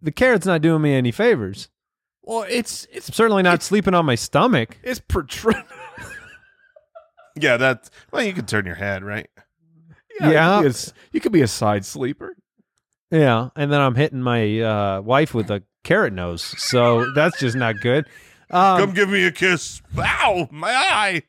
B: the carrot's not doing me any favors.
H: Well, it's it's
B: I'm certainly not sleeping on my stomach.
H: it's protrusion.
A: Yeah, that. Well, you can turn your head, right?
B: Yeah.
H: You, could be a s- you could be a side sleeper.
B: Yeah, and then I'm hitting my uh, wife with a carrot nose, so that's just not good. Um,
A: Come give me a kiss. Ow, my eye.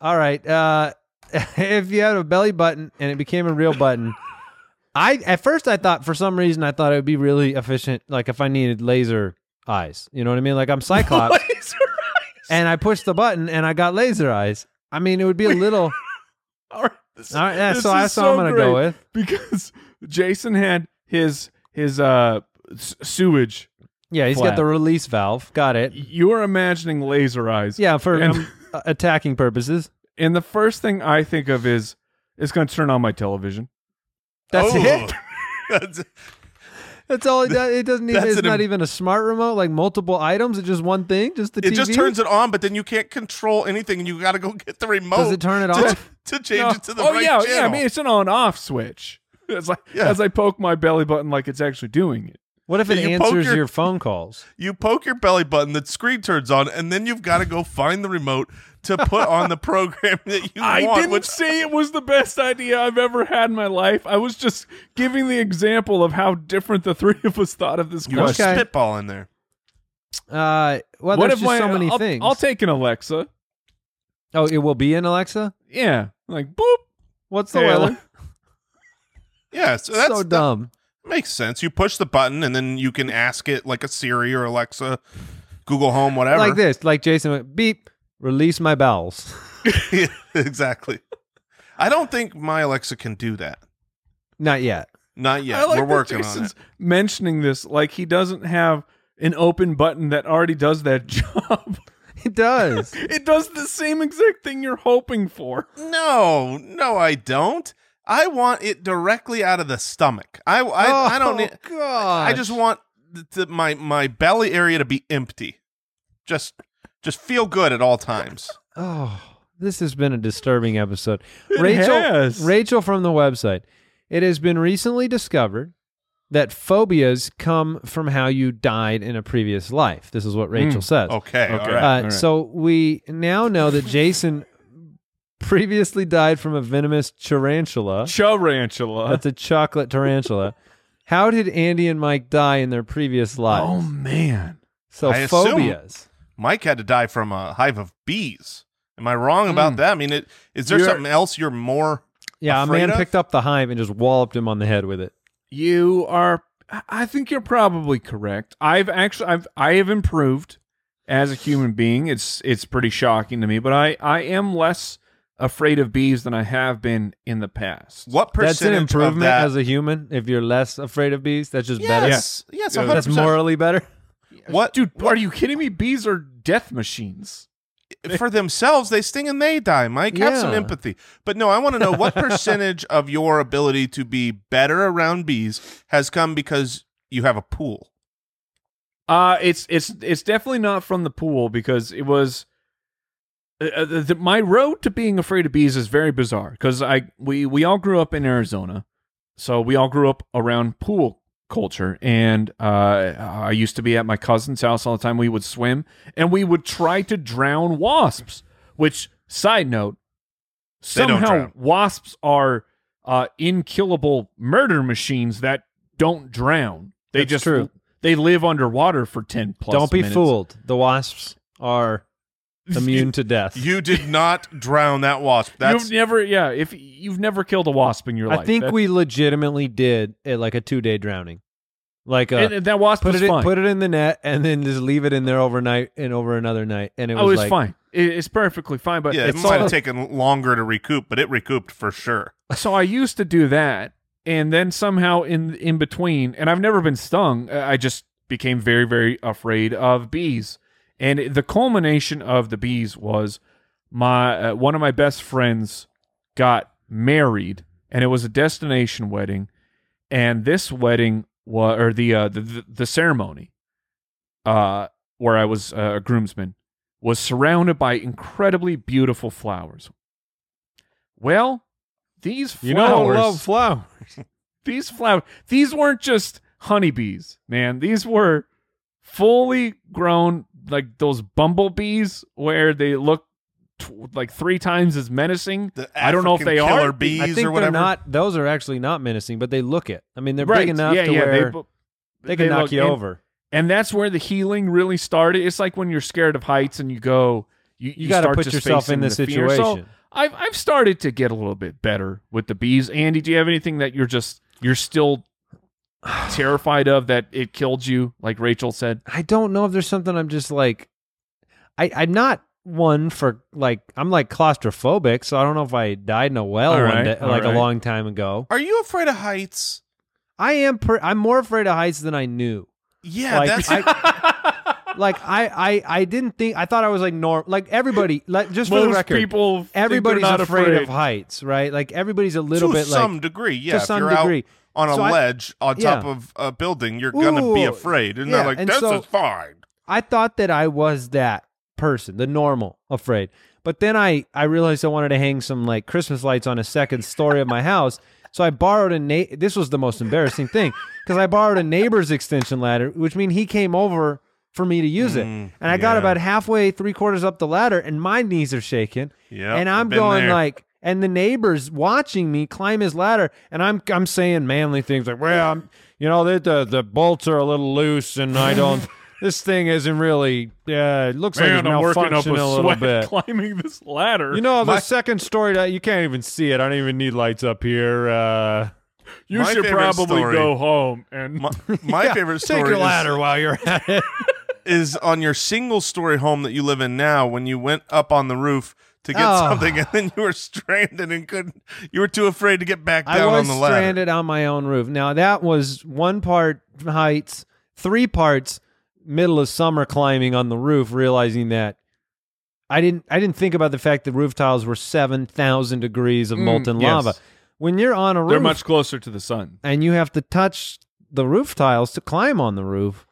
B: all right, uh, if you had a belly button and it became a real button, I at first I thought for some reason I thought it would be really efficient, like if I needed laser eyes, you know what I mean? Like I'm Cyclops, and I pushed the button and I got laser eyes. I mean, it would be a little.
H: All right. This,
B: All right, yeah,
H: this
B: so that's
H: is
B: what I'm gonna go
H: great,
B: with.
H: because Jason had his his uh s- sewage.
B: Yeah, he's got
H: Flat.
B: the release valve. Got it.
H: You are imagining laser eyes.
B: Yeah, for
H: And-
B: um, uh, attacking purposes.
H: And the first thing I think of is it's going to turn on my television.
B: That's
A: Oh.
B: it.
A: That's-
B: That's all it does. It doesn't even.
A: That's
B: It's
A: an
B: not
A: im-
B: even a smart remote. Like multiple items. It's just one thing. Just the
A: it
B: TV.
A: just turns it on, but then you can't control anything, and you got to go get the remote.
B: Does it turn it
A: to,
B: off?
A: to change
H: No.
A: it to the
H: oh
A: right
H: yeah,
A: channel?
H: yeah. I mean, it's an on-off switch. As I
A: Yeah.
H: as I poke my belly button, like it's actually doing it.
B: What if it
A: You poke
B: answers
A: your-
B: your phone calls?
A: you poke your belly button, the screen turns on, and then you've got to go find the remote to put on the program that you
H: I
A: want.
H: didn't
A: which-
H: say it was the best idea I've ever had in my life. I was just giving the example of how different the three of us thought of this
A: you were
H: question.
B: Okay.
A: spitball in there.
B: Uh, well,
H: what
B: there's
H: if
B: just
H: my,
B: so many
H: I'll,
B: things.
H: I'll take an Alexa.
B: oh, it will be in Alexa.
H: Yeah, like boop.
B: What's the
H: Hey,
B: weather?
A: Yeah, so that's
B: So dumb.
A: Makes sense. You push the button and then you can ask it like a Siri or Alexa, Google Home, whatever.
B: Like this. Like Jason went beep. Release my bowels.
A: Yeah, exactly. I don't think my Alexa can do that.
B: Not yet.
A: Not yet.
H: I like
A: We're
H: that
A: working on
H: Jason's
A: it.
H: Mentioning this, like he doesn't have an open button that already does that job.
B: It does.
H: it does the same exact thing you're hoping for.
A: No, no, I don't. I want it directly out of the stomach. I, I,
H: Oh,
A: I don't need.
B: Oh, God.
A: I just want th- th- my my belly area to be empty. Just, just feel good at all times.
B: Oh, this has been a disturbing episode.
H: It
B: Rachel,
H: has.
B: Rachel from the website. It has been recently discovered that phobias come from how you died in a previous life. This is what Rachel says.
A: Okay, all
H: Okay.
A: right.
B: Uh,
H: all right.
B: So we now know that Jason previously died from a venomous tarantula.
H: Charantula.
B: That's a chocolate tarantula. How did Andy and Mike die in their previous lives?
H: Oh man.
B: so
A: I assume-
B: phobias.
A: Mike had to die from a hive of bees. Am I wrong about
B: Hmm.
A: that? I mean, it, is there
H: You're-
A: something else you're more?
B: Yeah, a
A: Afraid
B: man
A: of?
B: picked up the hive and just walloped him on the head with it.
H: You are I- I think you're probably correct. I've actually I've I have improved as a human being. It's it's pretty shocking to me, but I I am less afraid of bees than I have been in the past.
A: What percentage
B: That's an
A: of
B: improvement
A: that?
B: as a human. If you're less afraid of bees, that's just better.
A: yes, yes,
H: Yeah.
A: 100%.
B: That's morally better.
A: What,
H: Dude, are you kidding me? Bees are death machines.
A: for themselves, they sting and they die. Mike, have some
B: Yeah.
A: empathy. But no, I want to know what percentage of your ability to be better around bees has come because you have a pool.
H: Uh it's it's it's definitely not from the pool because it was uh, uh, the, my road to being afraid of bees is very bizarre cuz I we we all grew up in Arizona. So we all grew up around pool culture and uh I used to be at my cousin's house all the time we would swim and we would try to drown wasps, which side note
A: They don't
H: somehow
A: drown.
H: wasps are uh inkillable murder machines that don't drown. They
B: That's
H: just
B: true.
H: they live underwater for 10 plus
B: Don't be
H: minutes.
B: fooled. The wasps are immune to death.
A: You did not drown that wasp. That's
H: you've never yeah if you've never killed a wasp in your life
B: I think
H: that,
B: we legitimately did it like a two day drowning. Like a,
H: and, and that
B: uh,
H: wasp
B: put
H: was
B: it in,
H: fine
B: put it in the net and then just leave it in there overnight and over another night and it
H: Oh, it
B: was,
H: was,
B: like,
H: fine It- it's perfectly fine but
A: yeah. It
H: it's
A: might
H: all-
A: have taken longer to recoup, but it recouped for sure.
H: so I used to do that, and then somehow in in between, and I've never been stung. uh, I just became very very afraid of bees, and the culmination of the bees was my uh, one of my best friends got married, and it was a destination wedding, and this wedding was or the uh, the, the the ceremony, uh, where I was uh, a groomsman, was surrounded by incredibly beautiful flowers. Well, these flowers
B: You know, I love flowers.
H: these flowers these weren't just honeybees man these were fully grown like those bumblebees where they look tw- like three times as menacing
A: The
H: i don't know if
A: African
H: they
A: killer
H: are
A: bees
B: I think
A: or
B: they're
A: whatever.
B: not. Those are actually not menacing, but they look it. I mean, they're
H: right
B: big enough
H: yeah
B: to
H: yeah
B: where
H: they,
B: they,
H: bu-
B: can knock
H: look-
B: you
H: and-
B: over.
H: and that's where the healing really started it's like when you're scared of heights and you go you,
B: You, got to
H: start
B: put
H: just
B: yourself in
H: facing
B: this
H: the fear. So,
B: situation.
H: I've I've started to get a little bit better with the bees. Andy, do you have anything that you're just you're still terrified of that it killed you, like Rachel said?
B: I don't know if there's something I'm just like. I I'm not one for like I'm like claustrophobic, so I don't know if I died in a well
H: All
B: one
H: right,
B: day,
H: all
B: like
H: right.
B: a long time ago.
A: Are you afraid of heights?
B: I am. Per- I'm more afraid of heights than I knew.
A: Yeah,
B: Like,
A: that's
B: I, like I, I I didn't think I thought I was like norm like everybody like just for the
H: Most
B: record
H: people think they're
B: everybody's
H: not
B: afraid,
H: afraid
B: of heights right like everybody's a little
A: to
B: bit
A: some
B: like
A: degree. Yeah,
B: to
A: if
B: some
A: you're
B: degree
A: out on a
B: So I-
A: ledge on
B: Yeah.
A: top of a building, you're gonna be
B: Ooh,
A: afraid, and
B: yeah,
A: they're like,
B: and
A: "That's
B: so-
A: is fine."
B: I thought that I was that person, the normal afraid. But then I I realized I wanted to hang some like Christmas lights on a second story of my house. So I borrowed a na- this was the most embarrassing thing because I borrowed a neighbor's extension ladder, which mean he came over for me to use it.
A: Mm,
B: And I got
A: yeah.
B: about halfway, three quarters up the ladder, and my knees are shaking.
A: Yeah,
B: and I'm going like and the neighbors watching me climb his ladder and I'm I'm saying manly things like well I'm you know the the, the bolts are a little loose and I don't this thing isn't really yeah it looks like it's malfunctioning a little bit
H: climbing this ladder.
B: you know the second story that you can't even see it I don't even need lights up here uh
H: you
A: My
H: should
A: favorite
H: probably
A: story-
H: go home and
A: my, Oh, my favorite story
B: take your
A: is-
B: ladder while you're at it
A: Is, on your single story home that you live in now when you went up on the roof to get
B: Oh.
A: something and then you were stranded and couldn't you were too afraid to get back
B: I
A: down
B: was
A: on the ladder.
B: stranded on my own roof. Now that was one part heights, three parts middle of summer climbing on the roof, realizing that I didn't I didn't think about the fact that roof tiles were seven thousand degrees of
H: Mm,
B: molten
H: yes.
B: lava. When you're on a
H: they're
B: roof
H: much closer to the sun.
B: and you have to touch the roof tiles to climb on the roof,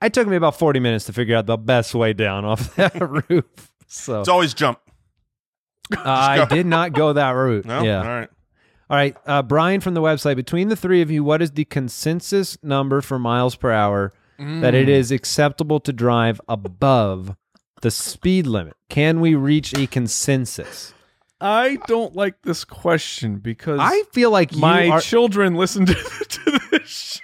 B: it took me about forty minutes to figure out the best way down off that roof. So
A: It's always jump.
B: uh, I did not go that route.
A: No?
B: Yeah.
A: All right.
B: All right, uh, Brian from the website. Between the three of you, what is the consensus number for miles per hour that it is acceptable to drive above the speed limit? Can we reach a consensus?
H: I don't like this question because
B: I feel like you
H: my
B: are.
H: children listen to, to this. Show.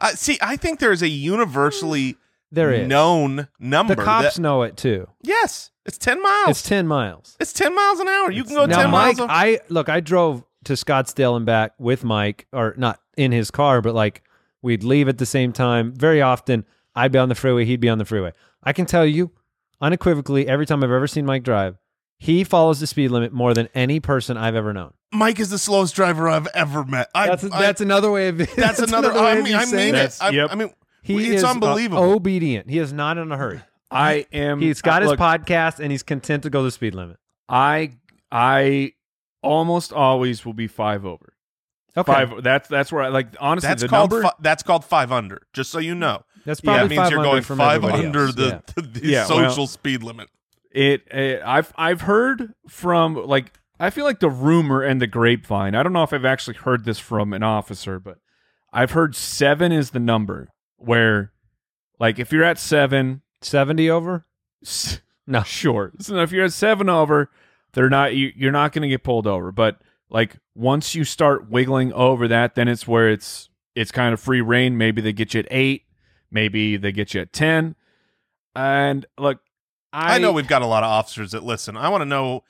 A: Uh, see, I think there is a universally
B: there is
A: known number.
B: the cops
A: that-
B: know it too.
A: yes, it's ten miles.
B: It's
A: It's,
B: ten miles.
A: ten miles an hour. You can go
B: now,
A: Oh, ten
B: Mike,
A: miles. An-
B: I look. I drove to Scottsdale and back with Mike, or not in his car, but like we'd leave at the same time. Very often, I'd be on the freeway, he'd be on the freeway. I can tell you unequivocally, every time I've ever seen Mike drive, he follows the speed limit more than any person I've ever known.
A: Mike is the slowest driver I've ever met. I,
B: That's
A: I-
B: that's another way of
A: that's another.
B: way
A: I
B: of
A: mean,
B: you
A: I
B: saying
A: mean
B: that.
A: it.
H: That's-
A: I,
H: yep.
A: I mean,
B: He
A: it's
B: is uh,
A: unbelievable. Um, uh,
B: obedient. He is not in a hurry.
H: I am.
B: He's got his
H: look,
B: podcast and he's content to go the speed limit.
H: I I almost always will be five over.
B: Okay,
H: Five. That's that's where I like honestly
A: That's
H: the
A: called
H: number.
A: fi- that's called five under. Just so you know,
B: that's
H: Yeah,
B: probably
A: that means
B: five
A: you're
B: under
A: going
B: from
A: five
B: everybody
A: under
B: else.
A: the,
B: Yeah.
A: the, the
H: Yeah, well-
A: social speed limit.
H: it, it I've I've heard from like I feel like the rumor and the grapevine. I don't know if I've actually heard this from an officer, but I've heard seven is the number where like if you're at seven,
B: seventy over.
H: s-
B: No.
H: sure. So if you're at seven over, they're not you, you're not going to get pulled over. But like once you start wiggling over that, then it's where it's it's kind of free reign. Maybe they get you at eight, maybe they get you at ten, and look. I,
A: I, know we've got a lot of officers that listen. I want to know.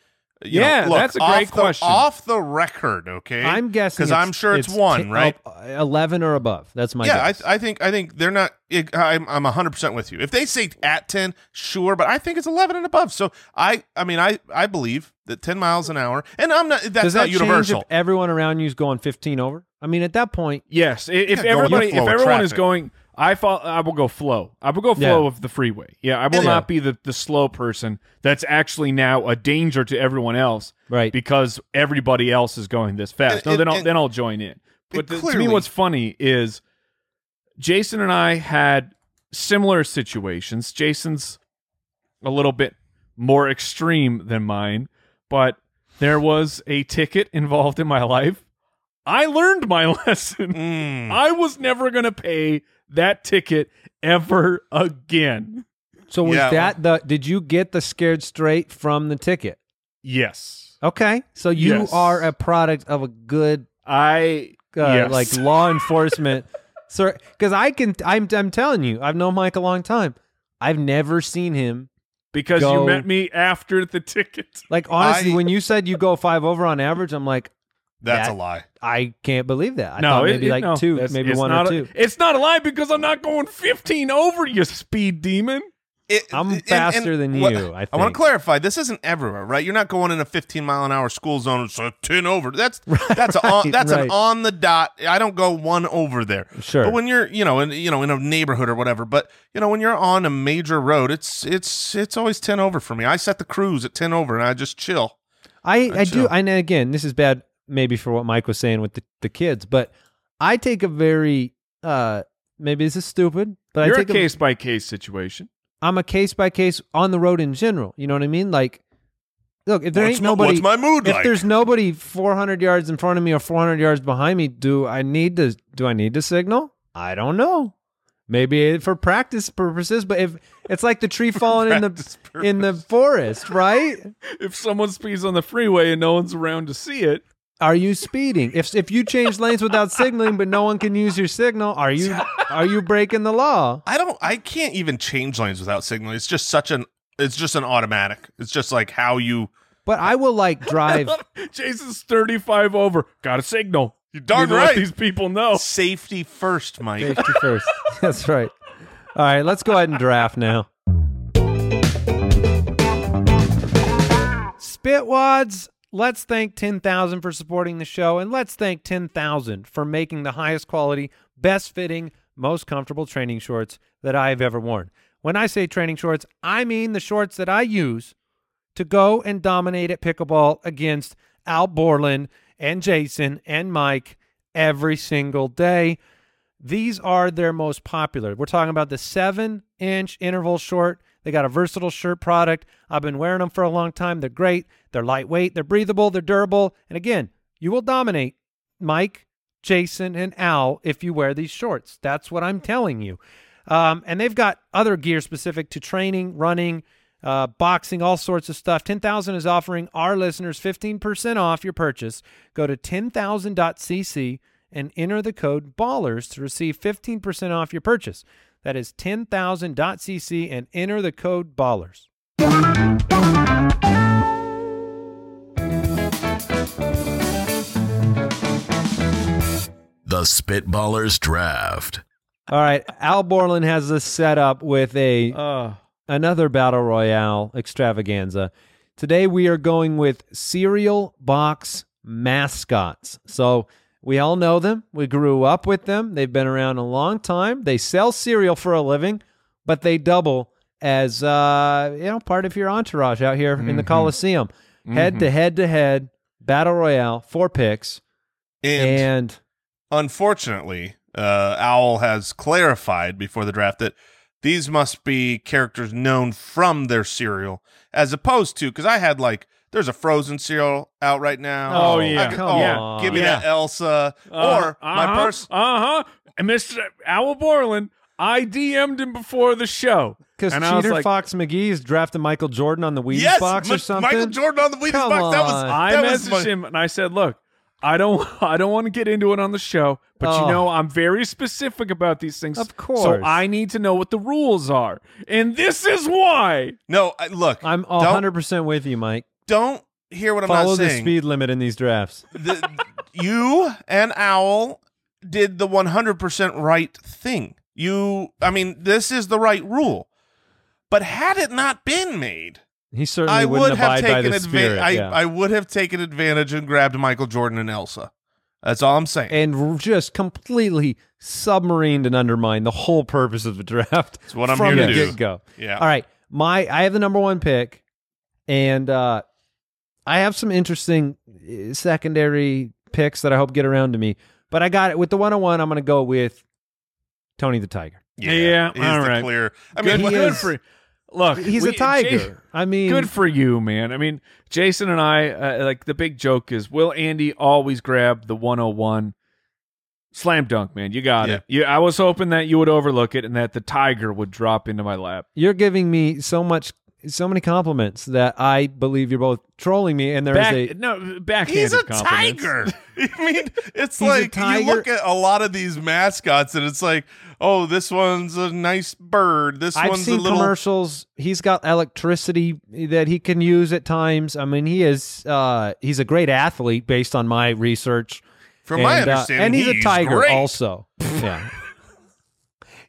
A: you
H: Yeah,
A: know, look,
H: that's a
A: off
H: great
A: the-
H: question.
A: Off the record, okay.
B: I'm guessing
A: 'Cause I'm sure it's one,
B: ti-
A: right?
B: up, uh, Eleven or above. That's my
A: yeah,
B: guess.
A: I, I think I think they're not. It, I'm I'm 100 percent with you. If they say at 10, sure, but I think it's 11 and above. So I I mean I I believe that 10 miles an hour, and I'm not. That's
B: Does that
A: not universal.
B: change if everyone around you's going fifteen over? I mean, at that point,
H: Yes, i- if
A: Yeah, go with
H: everybody,
A: the flow
H: if
A: of
H: everyone is
A: traffic.
H: going, I fall. I will go flow. I will go flow
B: Yeah.
H: of the freeway. Yeah, I will
B: Yeah.
H: not be the the slow person that's actually now a danger to everyone else
B: right?
H: because everybody else is going this fast.
A: And-
H: No, then
A: and-
H: I'll
A: and-
H: then I'll join in. But
A: and
H: th- to me,
A: clearly-
H: what's funny is Jason and I had similar situations. Jason's a little bit more extreme than mine, but there was a ticket involved in my life. I learned my lesson.
A: Mm.
H: I was never going to pay that ticket ever again.
B: so was
A: Yeah.
B: that the? Did you get the scared straight from the ticket?
H: Yes.
B: Okay, so you
H: Yes.
B: are a product of a good
H: I
B: uh,
H: Yes.
B: like law enforcement sir because i can I'm, I'm telling you i've known mike a long time i've never seen him
H: because
B: Go.
H: you met me after the ticket.
B: like honestly
A: I-
B: when you said you go five over on average i'm like
A: that's
B: that-
A: a lie.
B: i can't believe that i
H: no,
B: thought
H: it-
B: maybe
H: it-
B: like
H: no,
B: two
H: that's-
B: maybe
H: it's
B: one
H: not
B: or
H: a-
B: two
H: it's not a lie because I'm not going 15 over you, speed demon.
A: It-
B: i'm
A: and- and-
B: faster than
A: what-
B: you i think
A: I want to clarify. This isn't everywhere, right? You're not going in a 15 mile an hour school zone. It's a 10 over. That's that's a on,
B: right,
A: that's
B: right.
A: an on the dot. I don't go one over there.
B: Sure.
A: But when you're you know in you know in a neighborhood or whatever, but you know when you're on a major road, it's it's it's always 10 over for me. I set the cruise at 10 over and I just chill.
B: I, I do.
A: chill.
B: And again, this is bad maybe for what Mike was saying with the, the kids, but I take a very, uh, maybe this is stupid, but
H: You're
B: I
H: a
B: take
H: case by case situation.
B: I'm a case by case on the road in general. You know what I mean? Like, look, if there
A: What's
B: ain't
A: my-
B: nobody,
A: what's my mood
B: if
A: like?
B: there's nobody 400 yards in front of me or 400 yards behind me, do I need to? Do I need to signal? I don't know. Maybe for practice purposes, but if it's like the tree falling in the in the forest, right?
H: If someone speeds on the freeway and no one's around to see it,
B: Are you speeding? If if you change lanes without signaling, but no one can use your signal, are you are you breaking the law?
A: I don't. I can't even change lanes without signaling. It's just such an it's just an automatic. It's just like how you
B: But I will like drive.
H: Jason's 35 over. Got a signal.
A: you darn
H: Need to let
A: right.
H: these people know.
A: Safety first, Mike.
B: Oh. Safety first. That's right. All right, let's go ahead and draft now. Spitwads, let's thank 10,000 for supporting the show, and let's thank 10,000 for making the highest quality, best fitting, most comfortable training shorts that I have ever worn. When I say training shorts, I mean the shorts that I use to go and dominate at pickleball against Al Borland and Jason and Mike every single day. These are their most popular. We're talking about the seven inch interval short. They got a versatile shirt product. I've been wearing them for a long time. They're great. They're lightweight. They're breathable. They're durable. And again, you will dominate Mike, Jason, and Al if you wear these shorts. That's what I'm telling you. Um, and they've got other gear specific to training, running, uh, boxing, all sorts of stuff. 10,000 is offering our listeners 15% off your purchase. Go to 10,000.cc and enter the code BALLERS to receive 15% off your purchase. That is 10,000.cc and enter the code BALLERS.
C: The Spitballers Draft.
B: All right, Al Borland has this set up with a
H: Uh,
B: another battle royale extravaganza. Today we are going with cereal box mascots. So we all know them. We grew up with them. They've been around a long time. They sell cereal for a living, but they double as uh, you know part of your entourage out here
A: Mm-hmm.
B: in the Coliseum. Head to head to head battle royale, four picks,
A: And,
B: and
A: unfortunately, uh, Owl has clarified before the draft that these must be characters known from their cereal, as opposed to because I had like there's a Frozen cereal out right now.
H: Oh,
A: I
H: yeah.
A: could-
B: Come
A: oh,
B: on.
A: give me
H: Yeah.
A: that Elsa or my person.
H: Uh huh. Mr. Owl Borland, I DM'd him before the show.
B: because
H: And I was
B: Cheater
H: like,
B: Fox McGee's drafting Michael Jordan on the Wheaties
A: Yes,
B: box or
A: Mi-
B: something.
A: Michael Jordan on the Wheaties
B: Come
A: box. That was
B: on.
H: I
A: that was
H: messaged
A: my-
H: him and I said, "Look, I don't, I don't want to get into it on the show, but
B: Oh.
H: you know, I'm very specific about these things.
B: Of course.
H: so I need to know what the rules are, and this is why.
A: No, I, look,
B: I'm
A: don't,
B: 100 percent with you, Mike.
A: don't hear what I'm
B: Follow
A: not
B: the
A: saying.
B: speed limit in these drafts.
A: the, you and Owl did the 100% right thing. You, I mean, this is the right rule. But had it not been made,
B: He certainly
A: I
B: wouldn't
A: would have
B: abide by
A: taken
B: the
A: advantage.
B: spirit.
A: I,
B: yeah.
A: I would have taken advantage and grabbed Michael Jordan and Elsa. That's all I'm saying.
B: and r- just completely submarined and undermined the whole purpose of the draft. That's
A: what I'm
B: from
A: here
B: the
A: to do.
B: get-go.
A: yeah.
B: All right, my I have the number one pick, and uh, I have some interesting uh, secondary picks that I hope get around to me. But I got it with the one on one. I'm going to go with Tony the Tiger.
H: Yeah,
A: He's
H: all
A: the
H: right.
A: clear. I mean,
H: Good,
B: he
H: good
B: is-
H: for look.
B: He's
H: we-
B: a tiger.
H: Jay-
B: I mean,
H: Good for you, man. I mean, Jason and I, uh, like the big joke is, will Andy always grab the 101 slam dunk, man? You got
A: Yeah.
H: it. You, I was hoping that you would overlook it and that the tiger would drop into my lap.
B: you're giving me so much, so many compliments that I believe you're both trolling me. And there is
H: Back,
B: a
H: no, backhanded
A: He's a
H: compliments.
A: tiger. I mean, it's
B: He's a
A: like you
B: tiger.
A: look at a lot of these mascots, and it's like, oh, this one's a nice bird. This
B: I've
A: one's
B: seen
A: a little.
B: commercials. He's got electricity that he can use at times. I mean, he is uh, he's a great athlete based on my research.
A: From my
B: And, uh,
A: understanding,
B: and he's, a tiger
A: great.
B: also. yeah,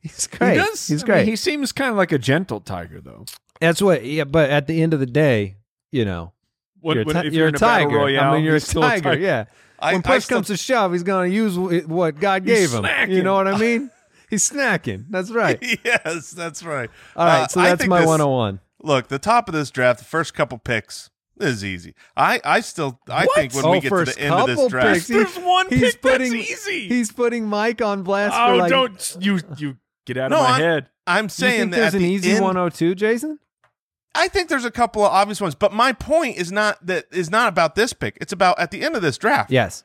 B: he's
H: He
B: great.
H: does.
B: he's
H: I mean,
B: great.
H: he seems kind of like a gentle tiger, though.
B: That's what. Yeah, but at the end of the day, you know, you're, a ti- you're a tiger. I mean, you're a tiger. Yeah.
A: I-
B: when push
A: I still-
B: comes to shove, he's going to use wh- what God gave him. You
H: snacking.
B: know what I mean? he's snacking. That's right.
A: yes, that's right.
B: All right.
A: Uh,
B: so
A: I
B: that's
A: think
B: my
A: this-
B: 101.
A: Look, the top of this draft, the first couple picks this is easy. I, I still, I think when
B: oh,
A: we get to
B: first
A: the end of
B: couple
A: this draft,
B: picks, he-
H: There's one
B: he's
H: pick that's
B: putting,
H: easy.
B: He's putting Mike on blast.
H: Oh,
B: for like,
H: don't you you get out
A: No,
H: of my
A: I'm-
H: head.
A: I'm saying
B: you think
A: that
B: there's
A: at
B: an
A: the
B: easy oh?
A: end-
B: 102, Jason?
A: I think there's a couple of obvious ones, but my point is not that is not about this pick. It's about at the end of this draft.
B: Yes.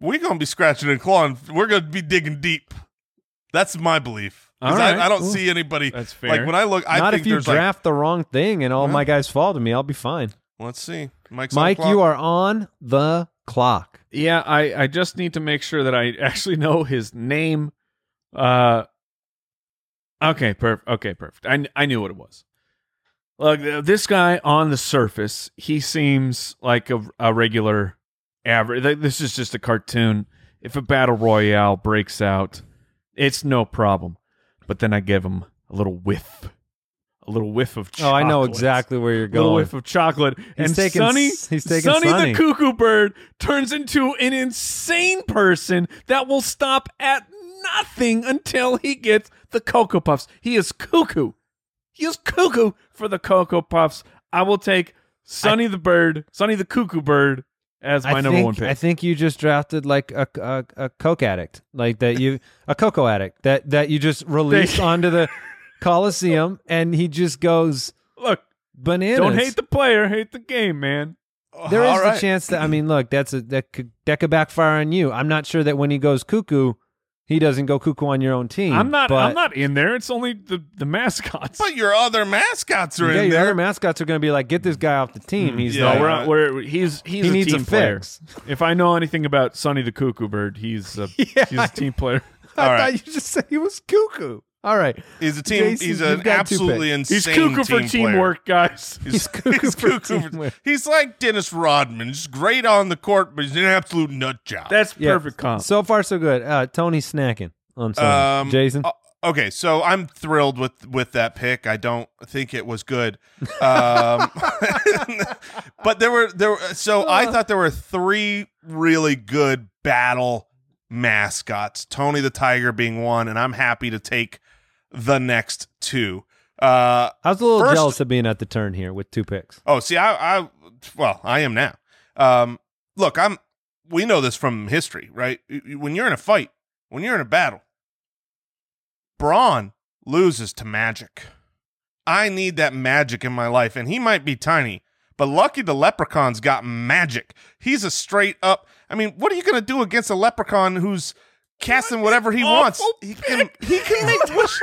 A: we're gonna be scratching and clawing. We're gonna be digging deep. That's my belief. 'Cause
H: All right.
A: I, I don't
H: Ooh.
A: see anybody.
H: That's
A: Like
H: fair.
A: when I look, I
B: Not
A: think
B: if you
A: there's
B: draft the wrong thing and all
A: Well.
B: my guys fall to me. I'll be fine.
A: like. Let's see, Mike's on
B: Mike,
A: clock.
B: you are on the clock.
H: Yeah, I, I just need to make sure that I actually know his name. Uh, okay, perfect. Okay, perfect. I, kn- I knew what it was. Look, th- this guy on the surface, he seems like a, a regular average. This is just a cartoon. If a battle royale breaks out, it's no problem. But then I give him a little whiff, a little whiff of.
B: Oh, I know
H: chocolate.
B: exactly where you're
H: Little
B: going.
H: whiff of chocolate. and
B: taking
H: Sunny,
B: s- he's taking
H: Sunny,
B: Sonny.
H: the cuckoo bird turns into an insane person that will stop at nothing until he gets the Cocoa Puffs. He is cuckoo. He is cuckoo for the Cocoa Puffs. I will take Sunny the bird, Sunny the cuckoo bird, as my
B: I
H: number
B: think,
H: one pick.
B: I think you just drafted like a, a a coke addict, like that you a cocoa addict that that you just released onto the Coliseum, and he just goes
H: Look,
B: bananas.
H: don't hate the player, hate the game, man.
B: There is
A: All
B: the
A: right.
B: chance that I mean, look, that's a that could that could backfire on you. I'm not sure that when he goes cuckoo, he doesn't go cuckoo on your own team.
H: I'm not.
B: But
H: I'm not in there. It's only the the mascots.
A: But your other mascots are
B: Yeah,
A: in
B: your
A: there.
B: other mascots are going to be like, get this guy off the team. He's
A: Yeah.
B: like,
H: no, Mm, we're, not- we're he's he's
B: he
H: a
B: needs
H: team
B: a
H: player.
B: fix.
H: If I know anything about Sonny the Cuckoo Bird, he's a,
B: Yeah,
H: he's a team player.
B: I
A: All
B: thought
A: right.
B: you just said he was cuckoo. All right,
A: he's a team.
B: Jason,
A: he's
B: you've
A: an
B: got two
A: absolutely insane
H: He's cuckoo for
A: team player.
H: teamwork, guys.
B: He's cuckoo for teamwork.
A: He's like Dennis Rodman. He's great on the court, but he's an absolute nut job.
H: That's
B: Yeah.
H: perfect comp.
B: So far, so good. Uh, Tony's snacking on something.
A: Um,
B: Jason,
A: uh, okay, so I'm thrilled with with that pick. I don't think it was good, um, but there were there. Were, so
B: Uh.
A: I thought there were three really good battle mascots. Tony the Tiger being one, and I'm happy to take the next two. Uh,
B: I was a little
A: First-
B: jealous of being at the turn here with two picks.
A: oh, see, I, I, well, I am now. Um, look, I'm. We know this from history, right? Y- y- When you're in a fight, when you're in a battle, Braun loses to magic. I need that magic in my life, and he might be tiny, but lucky the leprechaun's got magic. He's a straight up. I mean, what are you going to do against a leprechaun who's casting whatever he wants? He can, he can make wish.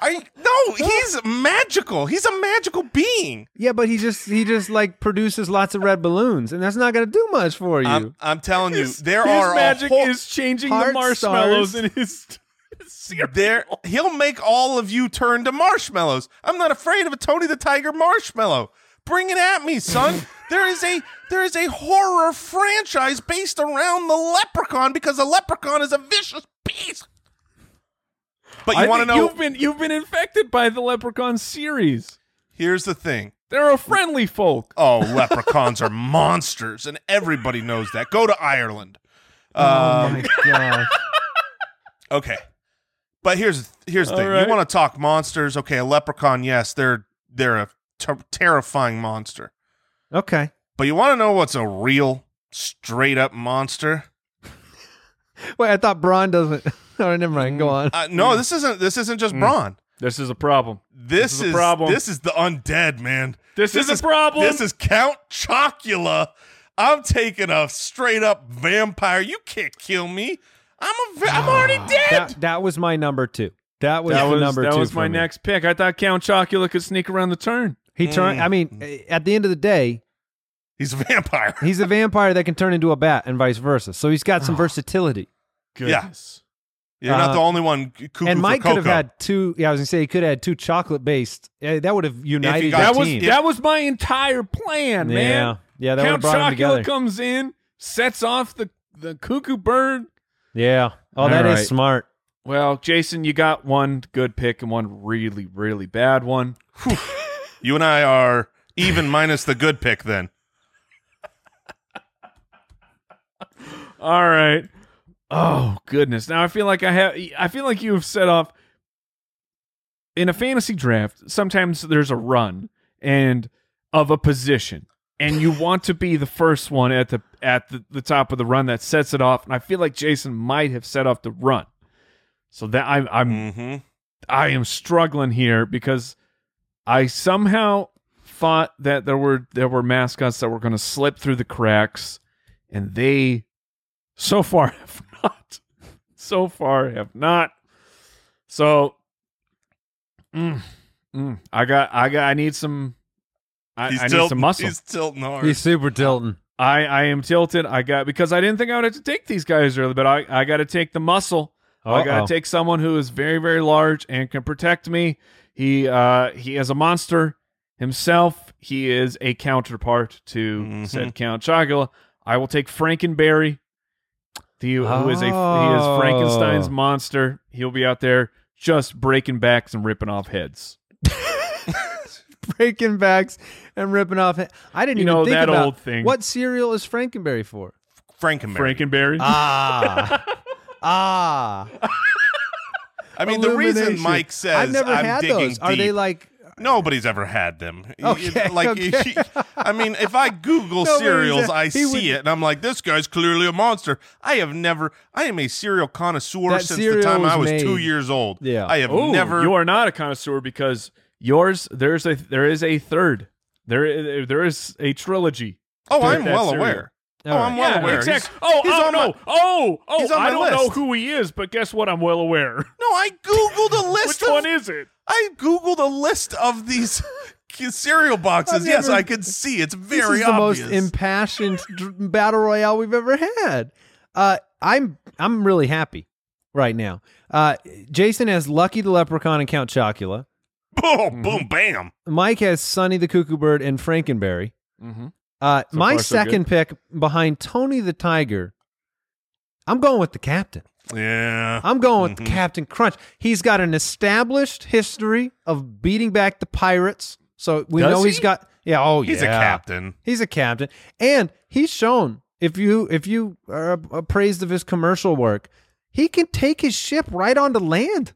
A: I no, he's magical. He's a magical being.
B: Yeah, but he just he just like produces lots of red balloons, and that's not gonna do much for you.
A: I'm, I'm telling you, there
H: his
A: are
H: magic
A: a whole,
H: is changing the
B: Heart
H: marshmallows
B: stars.
H: in his. cereal.
A: there. He'll make all of you turn to marshmallows. I'm not afraid of a Tony the Tiger marshmallow. Bring it at me, son. there is a there is a horror franchise based around the leprechaun because the leprechaun is a vicious beast. But
H: I
A: you want to
H: think
A: know?
H: You've been you've been infected by the Leprechaun series.
A: Here's the thing.
H: They're a friendly folk.
A: Oh, leprechauns are monsters, and everybody knows that. Go to Ireland.
B: oh
A: Um,
B: my god!
A: Okay. But here's here's the
H: All
A: thing.
H: right.
A: You want to talk monsters? Okay, a leprechaun, yes, they're they're a ter- terrifying monster.
B: Okay,
A: But you want to know what's a real straight up monster?
B: wait, I thought Braun doesn't. All right, never mind. Go on.
A: Uh, no, this isn't this isn't just Braun.
H: This is a problem.
A: This,
H: Hmm. This is
A: is,
H: a problem.
A: this is the undead, man.
H: This, is, a problem.
A: This is Count Chocula. I'm taking a straight up vampire. You can't kill me. I'm a va-
H: Ah.
A: I'm already dead.
B: That, that was my number two. That was
H: that
B: the
H: was
B: number
H: that
B: two.
H: was
B: for
H: my
B: me.
H: next pick. I thought Count Chocula could sneak around the turn.
B: He turned. I mean, eh, at the end of the day,
A: He's a vampire.
B: he's a vampire that can turn into a bat and vice versa. So he's got some versatility.
H: Goodness.
A: You're not
B: Uh,
A: the only one cuckoo
B: and
A: for
B: Mike could have
A: Cocoa.
B: had two. Yeah, I was gonna say he could have had two chocolate based. Uh, that would have united
A: got-
B: the
H: That was
B: team.
H: that was my entire plan,
B: yeah,
H: man.
B: yeah, that would have
H: Count
B: brought them together.
H: Chocula comes in, sets off the the cuckoo bird.
B: yeah. Oh,
H: All
B: that is
H: right.
B: smart.
H: Well, Jason, you got one good pick and one really, really bad one.
A: You and I are even minus the good pick then.
H: All right. Oh goodness. Now I feel like I have. I feel like you have set off. In a fantasy draft, sometimes there's a run and of a position, and you want to be the first one at the at the, the top of the run that sets it off. And I feel like Jason might have set off the run, so that I'm I'm
A: Mm-hmm.
H: I am struggling here because I somehow thought that there were there were mascots that were going to slip through the cracks, and they so far have not. So far have not. So, mm, mm, I got I got I need some. I, I need some muscle.
A: He's tilting hard.
B: He's super tilting.
H: I I am tilted. I got because I didn't think I would have to take these guys early, but I I got to take the muscle. I
B: Uh-oh.
H: gotta take someone who is very, very large and can protect me. He uh he is a monster himself. He is a counterpart to
B: Mm-hmm.
H: said Count Chocula. I will take Frankenberry, the, who is a he
B: Oh.
H: is Frankenstein's monster. He'll be out there just breaking backs and ripping off heads.
B: breaking backs and ripping off. he- I didn't
H: You
B: even
H: know,
B: think
H: that
B: about
H: old thing.
B: What cereal is Frankenberry for?
A: Frankenberry.
H: Frankenberry.
B: Ah, ah.
A: I mean, the reason
B: Illumination.
A: Mike says
B: I've never
A: am
B: had
A: digging
B: those. Are they
A: deep-
B: like?
A: nobody's ever had them? You- you-
B: Okay,
A: like,
B: okay.
A: you- I mean, if I Google
B: Nobody's
A: cereals,
B: had-
A: I
B: he
A: see
B: would-
A: it, and I'm like, this guy's clearly a monster. I have never. I am a cereal connoisseur
B: That
A: since
B: cereal
A: the time I
B: was
A: was two
B: made-
A: years old.
B: Yeah.
A: I have
H: Ooh,
A: never.
H: Oh, You are not a connoisseur because yours there's a there is a third. There i- there is a trilogy.
A: oh,
H: to
A: I'm
H: that
A: well
H: cereal.
A: aware.
B: All
A: oh,
B: right.
A: I'm well aware.
H: exact-
A: He's-
H: oh,
A: he's
H: oh
A: on
H: no.
A: my-
H: oh, oh,
A: he's on
H: I
A: my
H: don't know
A: list.
H: who he is, but guess what? I'm well aware.
A: no, I googled a list.
H: Which one
A: of,
H: is it?
A: I googled a list of these cereal boxes. yes,
B: never-
A: I could see. It's
B: This
A: very
B: is the
A: obvious.
B: most impassioned dr- battle royale we've ever had. Uh, I'm I'm really happy right now. Uh, Jason has Lucky the Leprechaun and Count Chocula.
A: boom, boom, bam.
B: Mike has Sonny the Cuckoo Bird and Frankenberry.
H: Mm-hmm.
B: Uh,
H: So
B: my
H: far, so good.
B: second pick behind Tony the Tiger, I'm going with the captain.
A: Yeah.
B: I'm going with
A: Mhm.
H: Mm-hmm.
B: Captain Crunch. He's got an established history of beating back the pirates. So we
H: Does
B: know has
H: he?
B: got yeah, oh
A: He's
B: yeah.
A: a captain.
B: He's a captain. And he's shown if you if you are appraised of his commercial work, he can take his ship right onto land.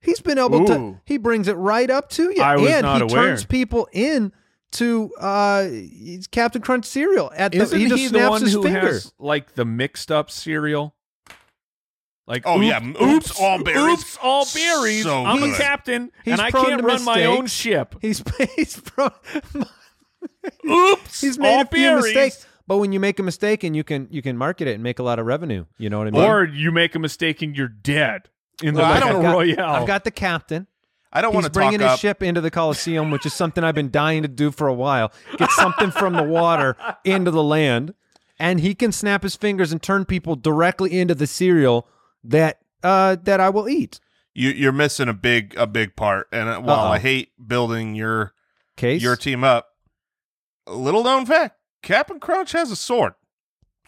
B: He's been able to.
E: Ooh.
B: He brings it right up to you,
H: I was
B: and
H: not
B: he
H: aware.
B: turns people in to uh, Captain Crunch cereal. At the,
H: Isn't
B: he
H: he,
B: just
H: the
B: snaps
H: one
B: his
H: who
B: finger.
H: has like the mixed up cereal? Like
A: Oh,
H: oop-
A: yeah, m- oops, all berries.
H: oops, all berries.
A: So
H: I'm a
A: good.
H: captain,
B: He's
H: and I
B: prone
H: can't
B: to
H: run my own
B: mistakes.
H: ship.
B: He's he's pro-
H: Oops,
B: he's made
H: all
B: a few
H: berries.
B: mistakes. But when you make a mistake and you can you can market it and make a lot of revenue, you know what I mean.
H: Or you make a mistake and you're dead in the
A: Well, I
H: battle
A: don't-
H: royale.
B: I've got the captain.
A: I don't want
B: He's
A: to talk
B: bringing his
A: up.
B: ship into the Coliseum, which is something I've been dying to do for a while. Get something from the water into the land, and he can snap his fingers and turn people directly into the cereal that uh, that I will eat.
A: You, you're missing a big a big part. And uh, while
B: Uh-oh.
A: I hate building your
B: Case,
A: your team up, little known fact: Captain Crunch has a sword.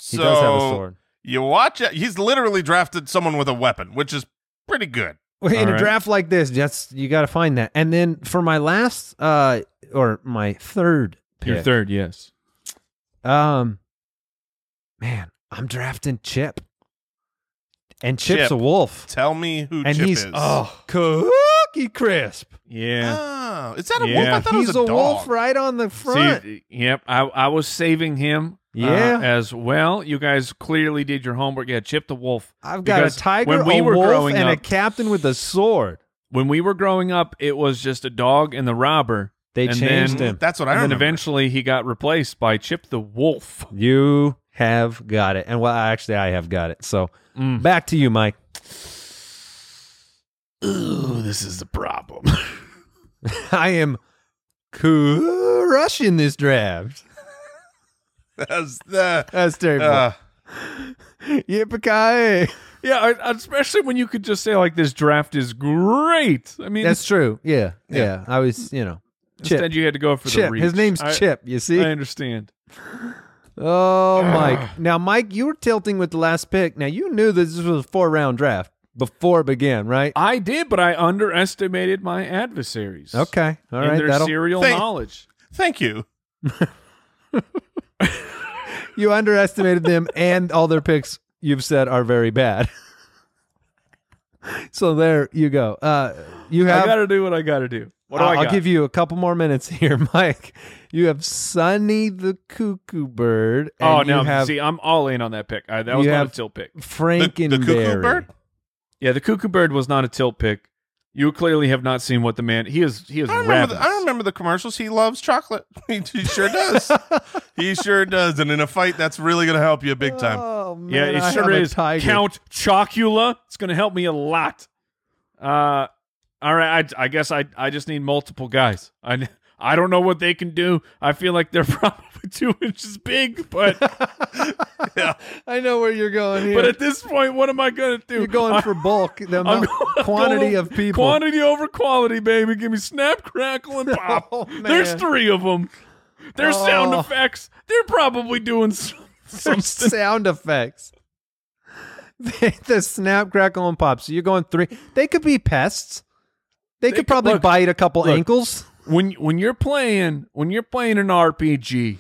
B: he does have a
A: So,
B: sword.
A: You watch it. He's literally drafted someone with a weapon, which is pretty good.
B: Well, in
H: All
B: a
H: right.
B: draft like this, that's you got to find that. And then for my last uh, or my third pick,
H: Your third, yes.
B: um, man, I'm drafting Chip, and Chip's
A: Chip.
B: a wolf,
A: Tell me who
B: and
A: Chip
B: he's
A: is.
B: oh cookie crisp.
H: Yeah.
A: Oh, is that a
H: Yeah.
A: wolf? I thought it was
B: He's
A: a,
B: a, wolf
A: dog.
B: right on the front.
H: See, yep. I, I was saving him. uh,
B: Yeah.
H: as well. You guys clearly did your homework. Yeah, Chip the Wolf.
B: I've got a
H: because
B: tiger,
H: when we
B: a
H: were
B: wolf,
H: growing
B: and a
H: up-
B: captain with a sword.
H: When we were growing up, it was just a dog and the robber.
B: They
H: And
B: changed
H: then-
B: him.
A: That's what I
H: And then
A: remember.
H: eventually he got replaced by Chip the Wolf.
B: You have got it, and well, actually, I have got it. So
H: Mm.
B: back to you, Mike.
H: Ooh, this is the problem.
B: I am crushing this draft.
A: That's the
B: That's terrible.
A: uh,
B: Yippee-ki-yay.
H: yeah, I- especially when you could just say like this draft is great. I mean,
B: That's true. Yeah, yeah. I was, you know, Chip.
H: instead you had to go for the
B: Chip.
H: reach.
B: His name's
H: I-
B: Chip. You
H: I
B: see?
H: understand.
B: oh, Mike. Now, Mike, you were tilting with the last pick. Now you knew that this was a four round draft before it began, right?
H: I did, but I underestimated my adversaries.
B: Okay. All
H: and
B: right.
H: their
B: That'll,
H: serial
A: Thank-
H: knowledge.
A: thank you.
B: you underestimated them and all their picks you've said are very bad. so there you go. Uh, you have
H: I got to do what I got to do. What do
B: I'll,
H: I got?
B: will give you a couple more minutes here, Mike. You have Sonny the Cuckoo Bird. And
H: oh,
B: you
H: no.
B: have
H: see, I'm all in on that pick. I, that
B: you
H: was not
B: have-
H: a tilt pick.
A: The,
B: Frankenberry.
A: the cuckoo bird.
H: Yeah, the cuckoo bird was not a tilt pick. You clearly have not seen what the man he is. He is
A: I remember. The,
H: ravenous.
A: I remember the commercials. He loves chocolate. he, he sure does. he sure does. And in a fight, that's really going to help you big time.
B: Oh man,
H: Yeah, it
B: I have
H: sure
B: a
H: is.
B: Tiger.
H: Count Chocula. It's going to help me a lot. Uh, all right. I, I guess I I just need multiple guys. I I don't know what they can do. I feel like they're probably two inches big, but
B: I know where you're going here.
H: but at this point, what am I going to do?
B: you're going
H: I-
B: for bulk, the amount,
H: going-
B: quantity
H: going-
B: of people.
H: Quantity over quality, baby. Give me snap, crackle, and pop.
B: Oh, man.
H: There's three of them. There's sound
B: Oh.
H: effects. They're probably doing some,
B: There's
H: something.
B: sound effects. the snap, crackle, and pop. So you're going three. They could be pests. They, could
H: could-
B: probably
H: look,
B: bite a couple
H: look.
B: ankles.
H: When when you're playing when you're playing an RPG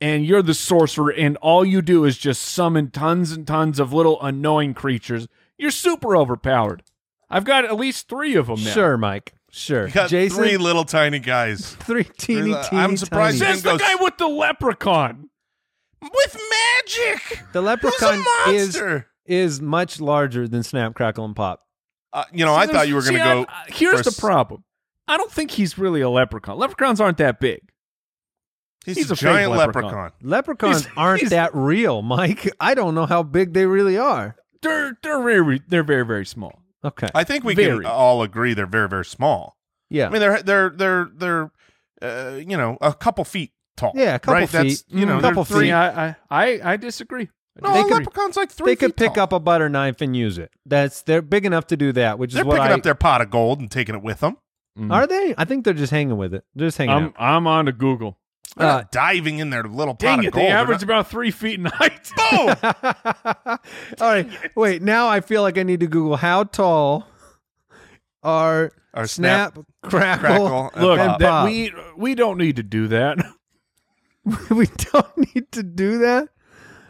H: and you're the sorcerer and all you do is just summon tons and tons of little annoying creatures, you're super overpowered. I've got at least three of them now.
B: Sure, Mike. Sure.
A: Oh, You got
B: Jason,
A: three little tiny guys
B: three teeny,
A: I'm
B: teeny.
A: surprised
B: tiny.
H: Says the
A: Goes-
H: guy with the leprechaun.
A: with magic. Who's a
B: The leprechaun is
A: monster?
B: is much larger than Snap Crackle and Pop.
A: Uh, you know, I thought you were going
H: See,
A: to
H: I-
A: go.
B: uh,
H: I- uh, here's
A: first.
H: the problem. I don't think he's really a leprechaun. Leprechauns aren't that big.
A: He's,
H: he's
A: a,
H: a fake
A: giant
H: leprechaun.
A: leprechaun.
B: Leprechauns
H: He's-
B: aren't
H: he's-
B: that real, Mike. I don't know how big they really are.
H: They're they're very they're very very small.
B: Okay.
A: I think we
H: Very.
A: can all agree they're very very small.
B: Yeah.
A: I mean they're they're they're they're uh, you know a couple feet tall.
B: Yeah, a couple
A: right? That's,
B: feet.
A: you know
B: Mm,
A: they're
B: couple
A: three.
H: See, I I I, I disagree.
A: No,
H: I
A: a
H: disagree.
A: leprechaun's like three.
B: they could
A: feet
B: pick
A: tall.
B: up a butter knife and use it. That's they're big enough to do that, which is
A: They're
B: what
A: picking
B: I
A: up their pot of gold and taking it with them.
B: Are they? I think they're just hanging with it. They're just hanging
H: I'm
A: Um,
B: out.
H: I'm on to Google.
A: They're
B: Uh,
A: not diving in their little pot
H: Dang
A: of
H: it!
A: gold.
H: They
A: They're
H: average
A: not-
H: about three feet in height.
A: Boom!
B: All right. Wait, now I feel like I need to Google how tall are
A: Or snap,
B: snap,
A: crackle.
B: crackle.
A: and
H: Look,
A: pop.
B: And
H: that,
B: Bob.
H: we we don't need to do that.
B: we don't need to do that.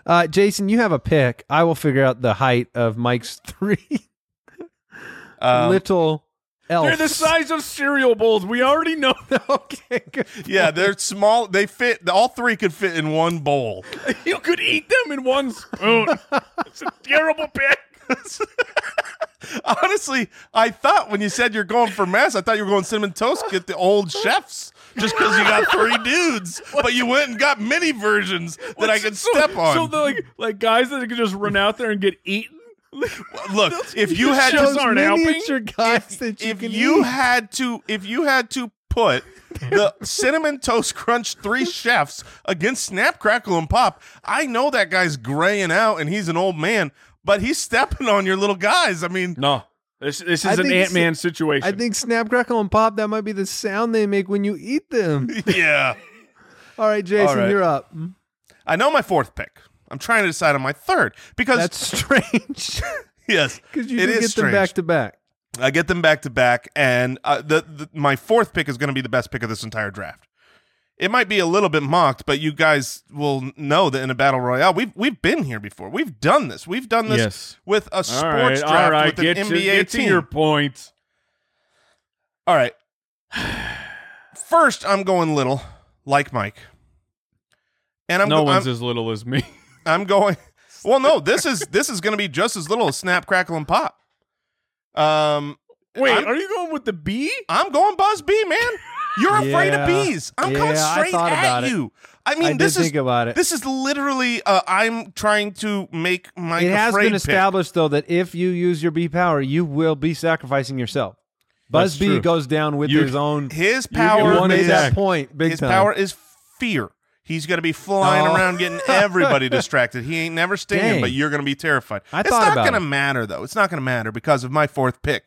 B: Uh, Jason, you have a pick. I will figure out the height of Mike's three
A: Um,
B: little elves.
H: They're the size of cereal bowls. We already know that.
B: Okay, good.
A: Yeah, they're small. They fit. All three could fit in one bowl.
H: You could eat them in one spoon. it's a terrible pick.
A: Honestly, I thought when you said you're going for mass, I thought you were going cinnamon toast. Get the old chefs, just because you got three dudes, but you went and got mini versions that I could step on.
H: So the like like guys that could just run out there and get eaten.
A: Look, if you had
H: shows
A: to,
B: Those
H: aren't helping.
B: miniature guys that you
A: if
B: can
A: you
B: eat.
A: had to, if you had to put the cinnamon toast crunch three chefs against snap crackle and pop, I know that guy's graying out and he's an old man, but he's stepping on your little guys. I mean,
H: No. This, this
B: I
H: is an
B: think
H: Ant Man situation.
B: I think snap, crackle, and pop. That might be the sound they make when you eat them.
A: yeah.
B: All right, Jason,
A: right.
B: you're up.
A: I know my fourth pick. I'm trying to decide on my third because
B: That's strange
A: yes,
B: because you
A: it
B: did
A: is
B: get them
A: strange.
B: back to back.
A: I get them back to back, and uh, the, the my fourth pick is going to be the best pick of this entire draft. It might be a little bit mocked, but you guys will know that in a battle royale, we've we've been here before. We've done this. We've done this
H: Yes.
A: with a
H: all
A: sports
H: right,
A: draft
H: all right.
A: with
H: Get,
A: an
H: to,
A: NBA
H: get to
A: team.
H: your point.
A: All right. First, I'm going little, like Mike, and I'm
H: no
A: go-
H: one's
A: I'm,
H: as little as me.
A: I'm going. Well, no, this is this is going to be just as little as snap, crackle, and pop. Um,
H: Wait,
A: I'm-
H: are you going with the B?
A: I'm going Buzz B, man. You're afraid of
B: Yeah.
A: bees. I'm coming
B: Yeah, I
A: straight
B: thought about
A: at
B: it.
A: you. I mean,
B: I
A: this
B: did
A: is
B: think about it.
A: this is literally. Uh, I'm trying to make my.
B: it has
A: afraid
B: been
A: pick.
B: established though that if you use your B power, you will be sacrificing yourself. Buzz
H: That's
B: B
H: true.
B: goes down with
H: You-
B: his own.
A: His
H: You
A: power
B: One
H: wanted
B: at
A: is
B: that
H: attack.
B: point, big
A: his
B: time.
A: power is fear. He's gonna be flying
B: Oh.
A: around getting everybody distracted. He ain't never stinging,
B: Dang.
A: but you're gonna be terrified.
B: I
A: it's
B: thought
A: not
B: about
A: gonna
B: it.
A: matter though. It's not gonna matter because of my fourth pick.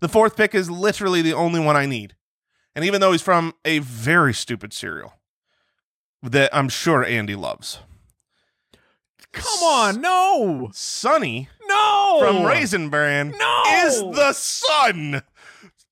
A: The fourth pick is literally the only one I need. And even though he's from a very stupid cereal that I'm sure Andy loves.
H: Come on, no,
A: Sonny
H: no.
A: from Raisin Bran
H: No!
A: is the sun.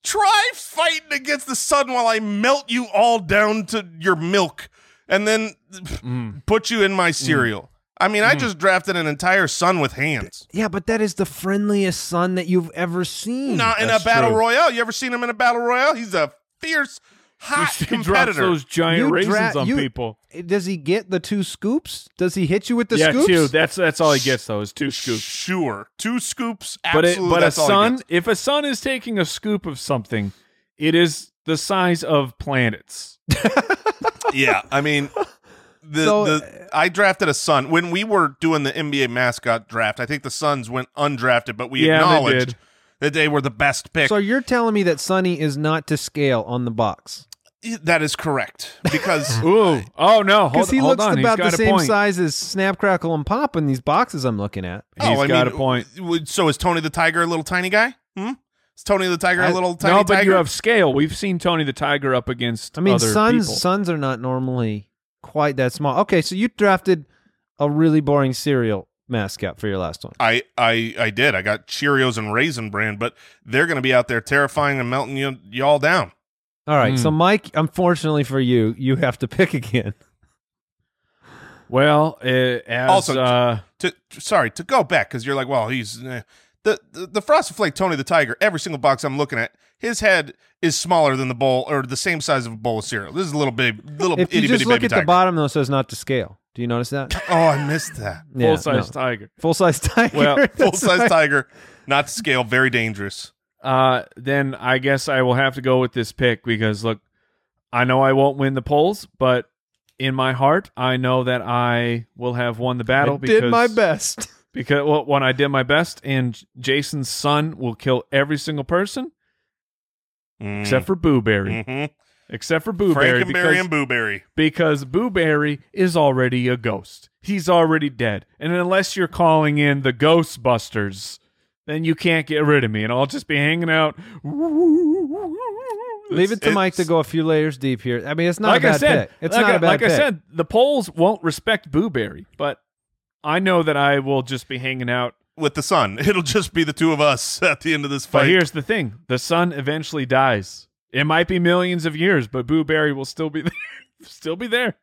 A: Try fighting against the sun while I melt you all down to your milk and then
H: Mm.
A: put you in my cereal. I mean, I just drafted an entire sun with hands.
B: Yeah, but that is the friendliest son that you've ever seen.
A: Not in a
H: Mm. That's
A: battle
H: true.
A: royale. You ever seen him in a battle royale? He's a fierce, hot
H: He drops
A: competitor.
H: those giant
B: You
H: raisins
B: dra-
H: on
B: you-
H: people.
B: Does he get the two scoops? Does he hit you with the
H: yeah,
B: scoops?
H: two. That's that's all he gets though is two scoops.
A: Sure, two scoops.
H: But it,
A: Absolutely,
H: but a
A: that's all he
H: sun,
A: gets.
H: if a sun is taking a scoop of something, it is the size of planets.
A: yeah, I mean, the,
B: So-
A: the I drafted a Sun when we were doing the NBA mascot draft. I think the Suns went undrafted, but we
H: Yeah, they
A: acknowledged
H: did.
A: that they were the best pick.
B: So you're telling me that Sonny is not to scale on the box
A: that is correct because
H: Ooh, oh no, hold,
B: because he
H: hold
B: looks
H: on.
B: about
H: He's got
B: the
H: a
B: same
H: point.
B: size as Snap Crackle and Pop in these boxes I'm looking at.
H: He's
A: Oh, I
H: got
A: mean,
H: a point.
A: would- so is Tony the Tiger a little tiny guy? Hmm? Is Tony the Tiger a
B: I-
A: little tiny
H: no, but
A: tiger?
H: you have scale. We've seen Tony the Tiger up against.
B: I mean,
H: other
B: sons
H: people.
B: sons are not normally quite that small. Okay, so you drafted a really boring cereal mascot for your last one.
A: I, I I did. I got Cheerios and Raisin Bran, but they're going to be out there terrifying and melting you y'all down.
B: All right,
H: Hmm.
B: so Mike, unfortunately for you, you have to pick again.
H: Well, uh, as
A: Also,
H: uh,
A: to sorry to go back because you're like, well, he's eh. the, the the Frosted Flake Tony the Tiger. Every single box I'm looking at, his head is smaller than the bowl or the same size of a bowl of cereal. This is a little baby, little
B: If you
A: itty bitty
B: just look
A: baby
B: at
A: tiger.
B: the bottom, though, it says not to scale. Do you notice that?
A: oh, I missed that
H: full size
B: no.
H: tiger.
B: full size tiger.
H: Well,
B: That's
A: full size
B: right.
A: tiger, not to scale, very dangerous.
H: Uh, then I guess I will have to go with this pick because look, I know I won't win the polls, but in my heart, I know that I will have won the
B: I
H: battle. because,
B: did my best.
H: because well, when I did my best, and J- Jason's son will kill every single person
A: Mm.
H: except for Boo Berry,
A: Mhm.
H: except for Boo Berry, because,
A: Frankenberry and Booberry.
H: because Boo Berry is already a ghost. He's already dead, and unless you're calling in the Ghostbusters, then you can't get rid of me, and I'll just be hanging out.
B: Leave it to
A: it's-
B: Mike to go a few layers deep here. I mean, it's not
H: like
B: a bad
H: I said,
B: pick. It's
H: like,
B: not
H: I,
B: a bad
H: like
B: pick.
H: I said, the polls won't respect Boo Berry, but I know that I will just be hanging out.
A: With the sun, it'll just be the two of us at the end of this
H: But
A: fight.
H: here's the thing: the sun eventually dies. It might be millions of years, but Boo Berry will still be there. still be there.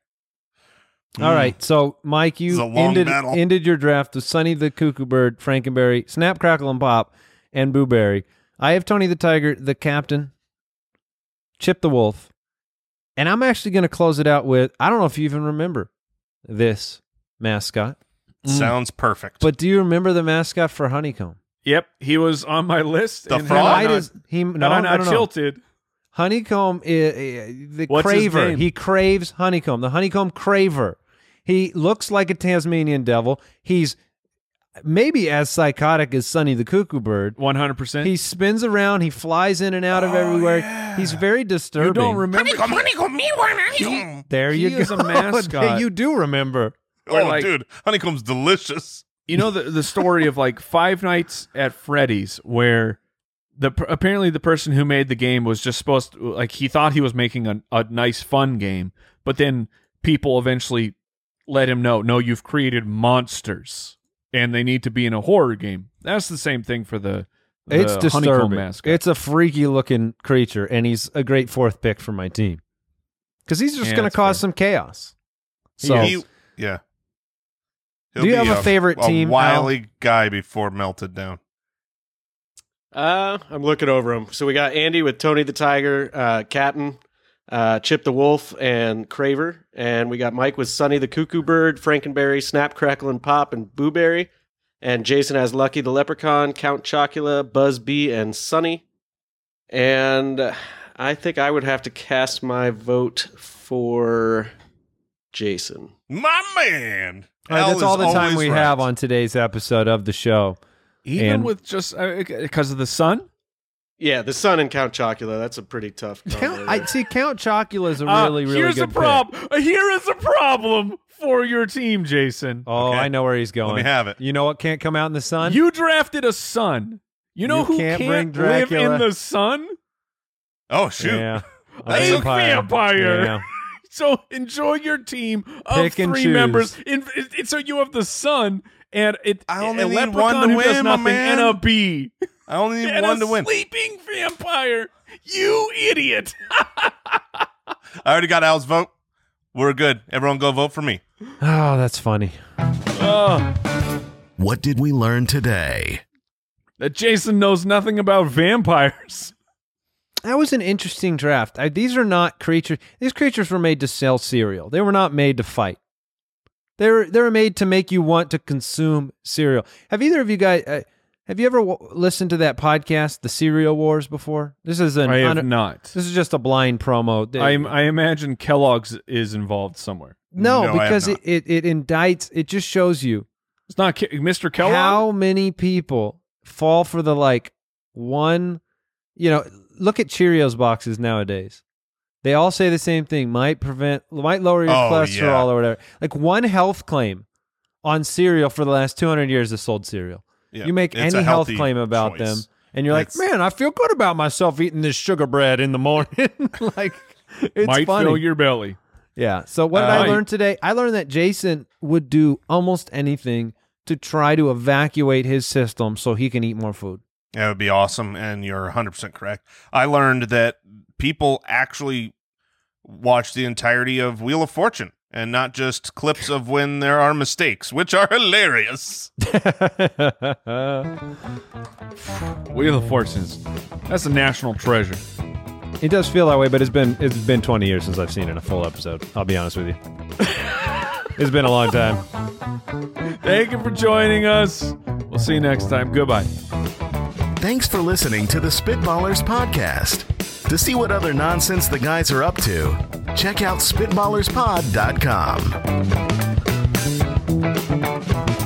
B: All right, so Mike,
A: This is
B: you
A: a long
B: ended
A: battle.
B: ended your draft with Sonny the Cuckoo Bird, Frankenberry, Snap Crackle and Pop, and Booberry. I have Tony the Tiger, the Captain, Chip the Wolf, and I'm actually going to close it out with I don't know if you even remember this mascot,
A: Sounds perfect.
B: but do you remember the mascot for Honeycomb?
H: Yep, he was on my list.
A: The
H: and
A: frog?
H: had I
B: Why
H: not-
B: does he?
H: had
B: No,
H: I
B: no,
H: not
B: no, no.
H: tilted.
B: Honeycomb is the
H: What's his
B: craver.
H: name?
B: He craves honeycomb. The honeycomb craver. He looks like a Tasmanian devil. He's maybe as psychotic as Sonny the Cuckoo Bird.
H: One hundred percent.
B: He spins around. He flies in and out of everywhere. He's very disturbing.
H: Oh, You don't remember?
A: honeycomb, honeycomb, me one honeycomb.
B: There
H: He
B: you
H: is
B: go.
H: a mascot.
B: you do remember.
A: Oh,
H: like-
A: dude, honeycomb's delicious.
H: You know the the story of like Five Nights at Freddy's, where the apparently the person who made the game was just supposed to like he thought he was making a, a nice fun game, but then people eventually let him know, no, you've created monsters, and they need to be in a horror game. That's the same thing for the. the
B: It's
H: honeycomb
B: disturbing.
H: mascot.
B: It's a freaky looking creature, and he's a great fourth pick for my team because he's just
H: Yeah,
B: going to
H: that's
B: cause
H: fair.
B: some chaos. So
A: He- yeah. He'll
B: Do you
A: be
B: have a favorite team,
A: A wily guy before melted down.
I: Uh, I'm looking over them. So we got Andy with Tony the Tiger, uh, Captain, uh, Chip the Wolf, and Craver. And we got Mike with Sonny the Cuckoo Bird, Frankenberry, Snap, Crackle, and Pop, and Boo Berry. And Jason has Lucky the Leprechaun, Count Chocula, Buzz B, and Sonny. And uh, I think I would have to cast my vote for Jason.
A: My man.
B: All right,
A: Al
B: that's
A: is
B: all the time
A: always
B: we
A: right.
B: have on today's episode of the show.
H: even
B: and-
H: with just uh, because of the sun.
I: Yeah, the son and Count Chocula. That's a pretty tough. combo
B: Count, I
I: there.
B: see Count Chocula is a
H: Uh,
B: really really
H: here's
B: good
H: a
B: pick.
H: problem. Here is a problem for your team, Jason.
B: Oh,
A: Okay.
B: I know where he's
A: Let
B: going.
A: me have it.
B: You know what can't come out in the sun?
H: You drafted a son. You know
B: You
H: who
B: can't
H: can't,
B: bring
H: live
B: Dracula.
H: in the sun?
A: Oh, shoot.
B: Yeah.
H: A vampire.
B: Yeah.
H: So enjoy your team of
B: Pick and
H: three
B: choose.
H: members. In, in- in- so you have the sun and it,
A: I
H: a
A: only need
H: leprechaun
A: one to
H: who does
A: win, my
H: nothing
A: man.
H: and a bee
A: I only need
H: and
A: one
H: a
A: to win.
H: sleeping vampire. You idiot!
A: I already got Al's vote. We're good. Everyone go vote for me.
B: Oh, that's funny.
H: Ugh.
C: What did we learn today?
H: that Jason knows nothing about vampires.
B: That was an interesting draft. I, these are not creatures. These creatures were made to sell cereal. They were not made to fight. They were they were made to make you want to consume cereal. Have either of you guys uh, have you ever w- listened to that podcast, The Cereal Wars, before? This is an
H: I have
B: un-
H: not.
B: this is just a blind promo. They-
H: I I imagine Kellogg's is involved somewhere.
B: no,
A: No, I have
B: because it,
A: not.
B: it it indicts. It just shows you
H: It's not Ke- Mr. Kellogg.
B: How many people fall for the like one? You know, look at Cheerios boxes nowadays. They all say the same thing: might prevent, might lower your
A: Oh,
B: cholesterol
A: yeah.
B: or whatever. Like one health claim on cereal for the last 200 years has sold cereal.
A: Yeah,
B: you make
A: it's a
B: any health
A: healthy
B: claim about
A: choice.
B: them, and you're like,
A: That's-
B: man, I feel good about myself eating this sugar bread in the morning. like, it's
H: might
B: funny.
H: fill your belly.
B: Yeah. So what did
H: Uh,
B: I learn today? I learned that Jason would do almost anything to try to evacuate his system so he can eat more food.
A: That would be awesome, and you're 100% correct. I learned that people actually watch the entirety of Wheel of Fortune and not just clips of when there are mistakes, which are hilarious.
H: Wheel of Fortunes. That's a national treasure.
B: it does feel that way, but it's been it's been 20 years since I've seen it in a full episode. I'll be honest with you. it's been a long time.
H: Thank you for joining us. We'll see you next time. Goodbye.
C: Thanks for listening to the Spitballers Podcast. To see what other nonsense the guys are up to, check out SpitballersPod.com.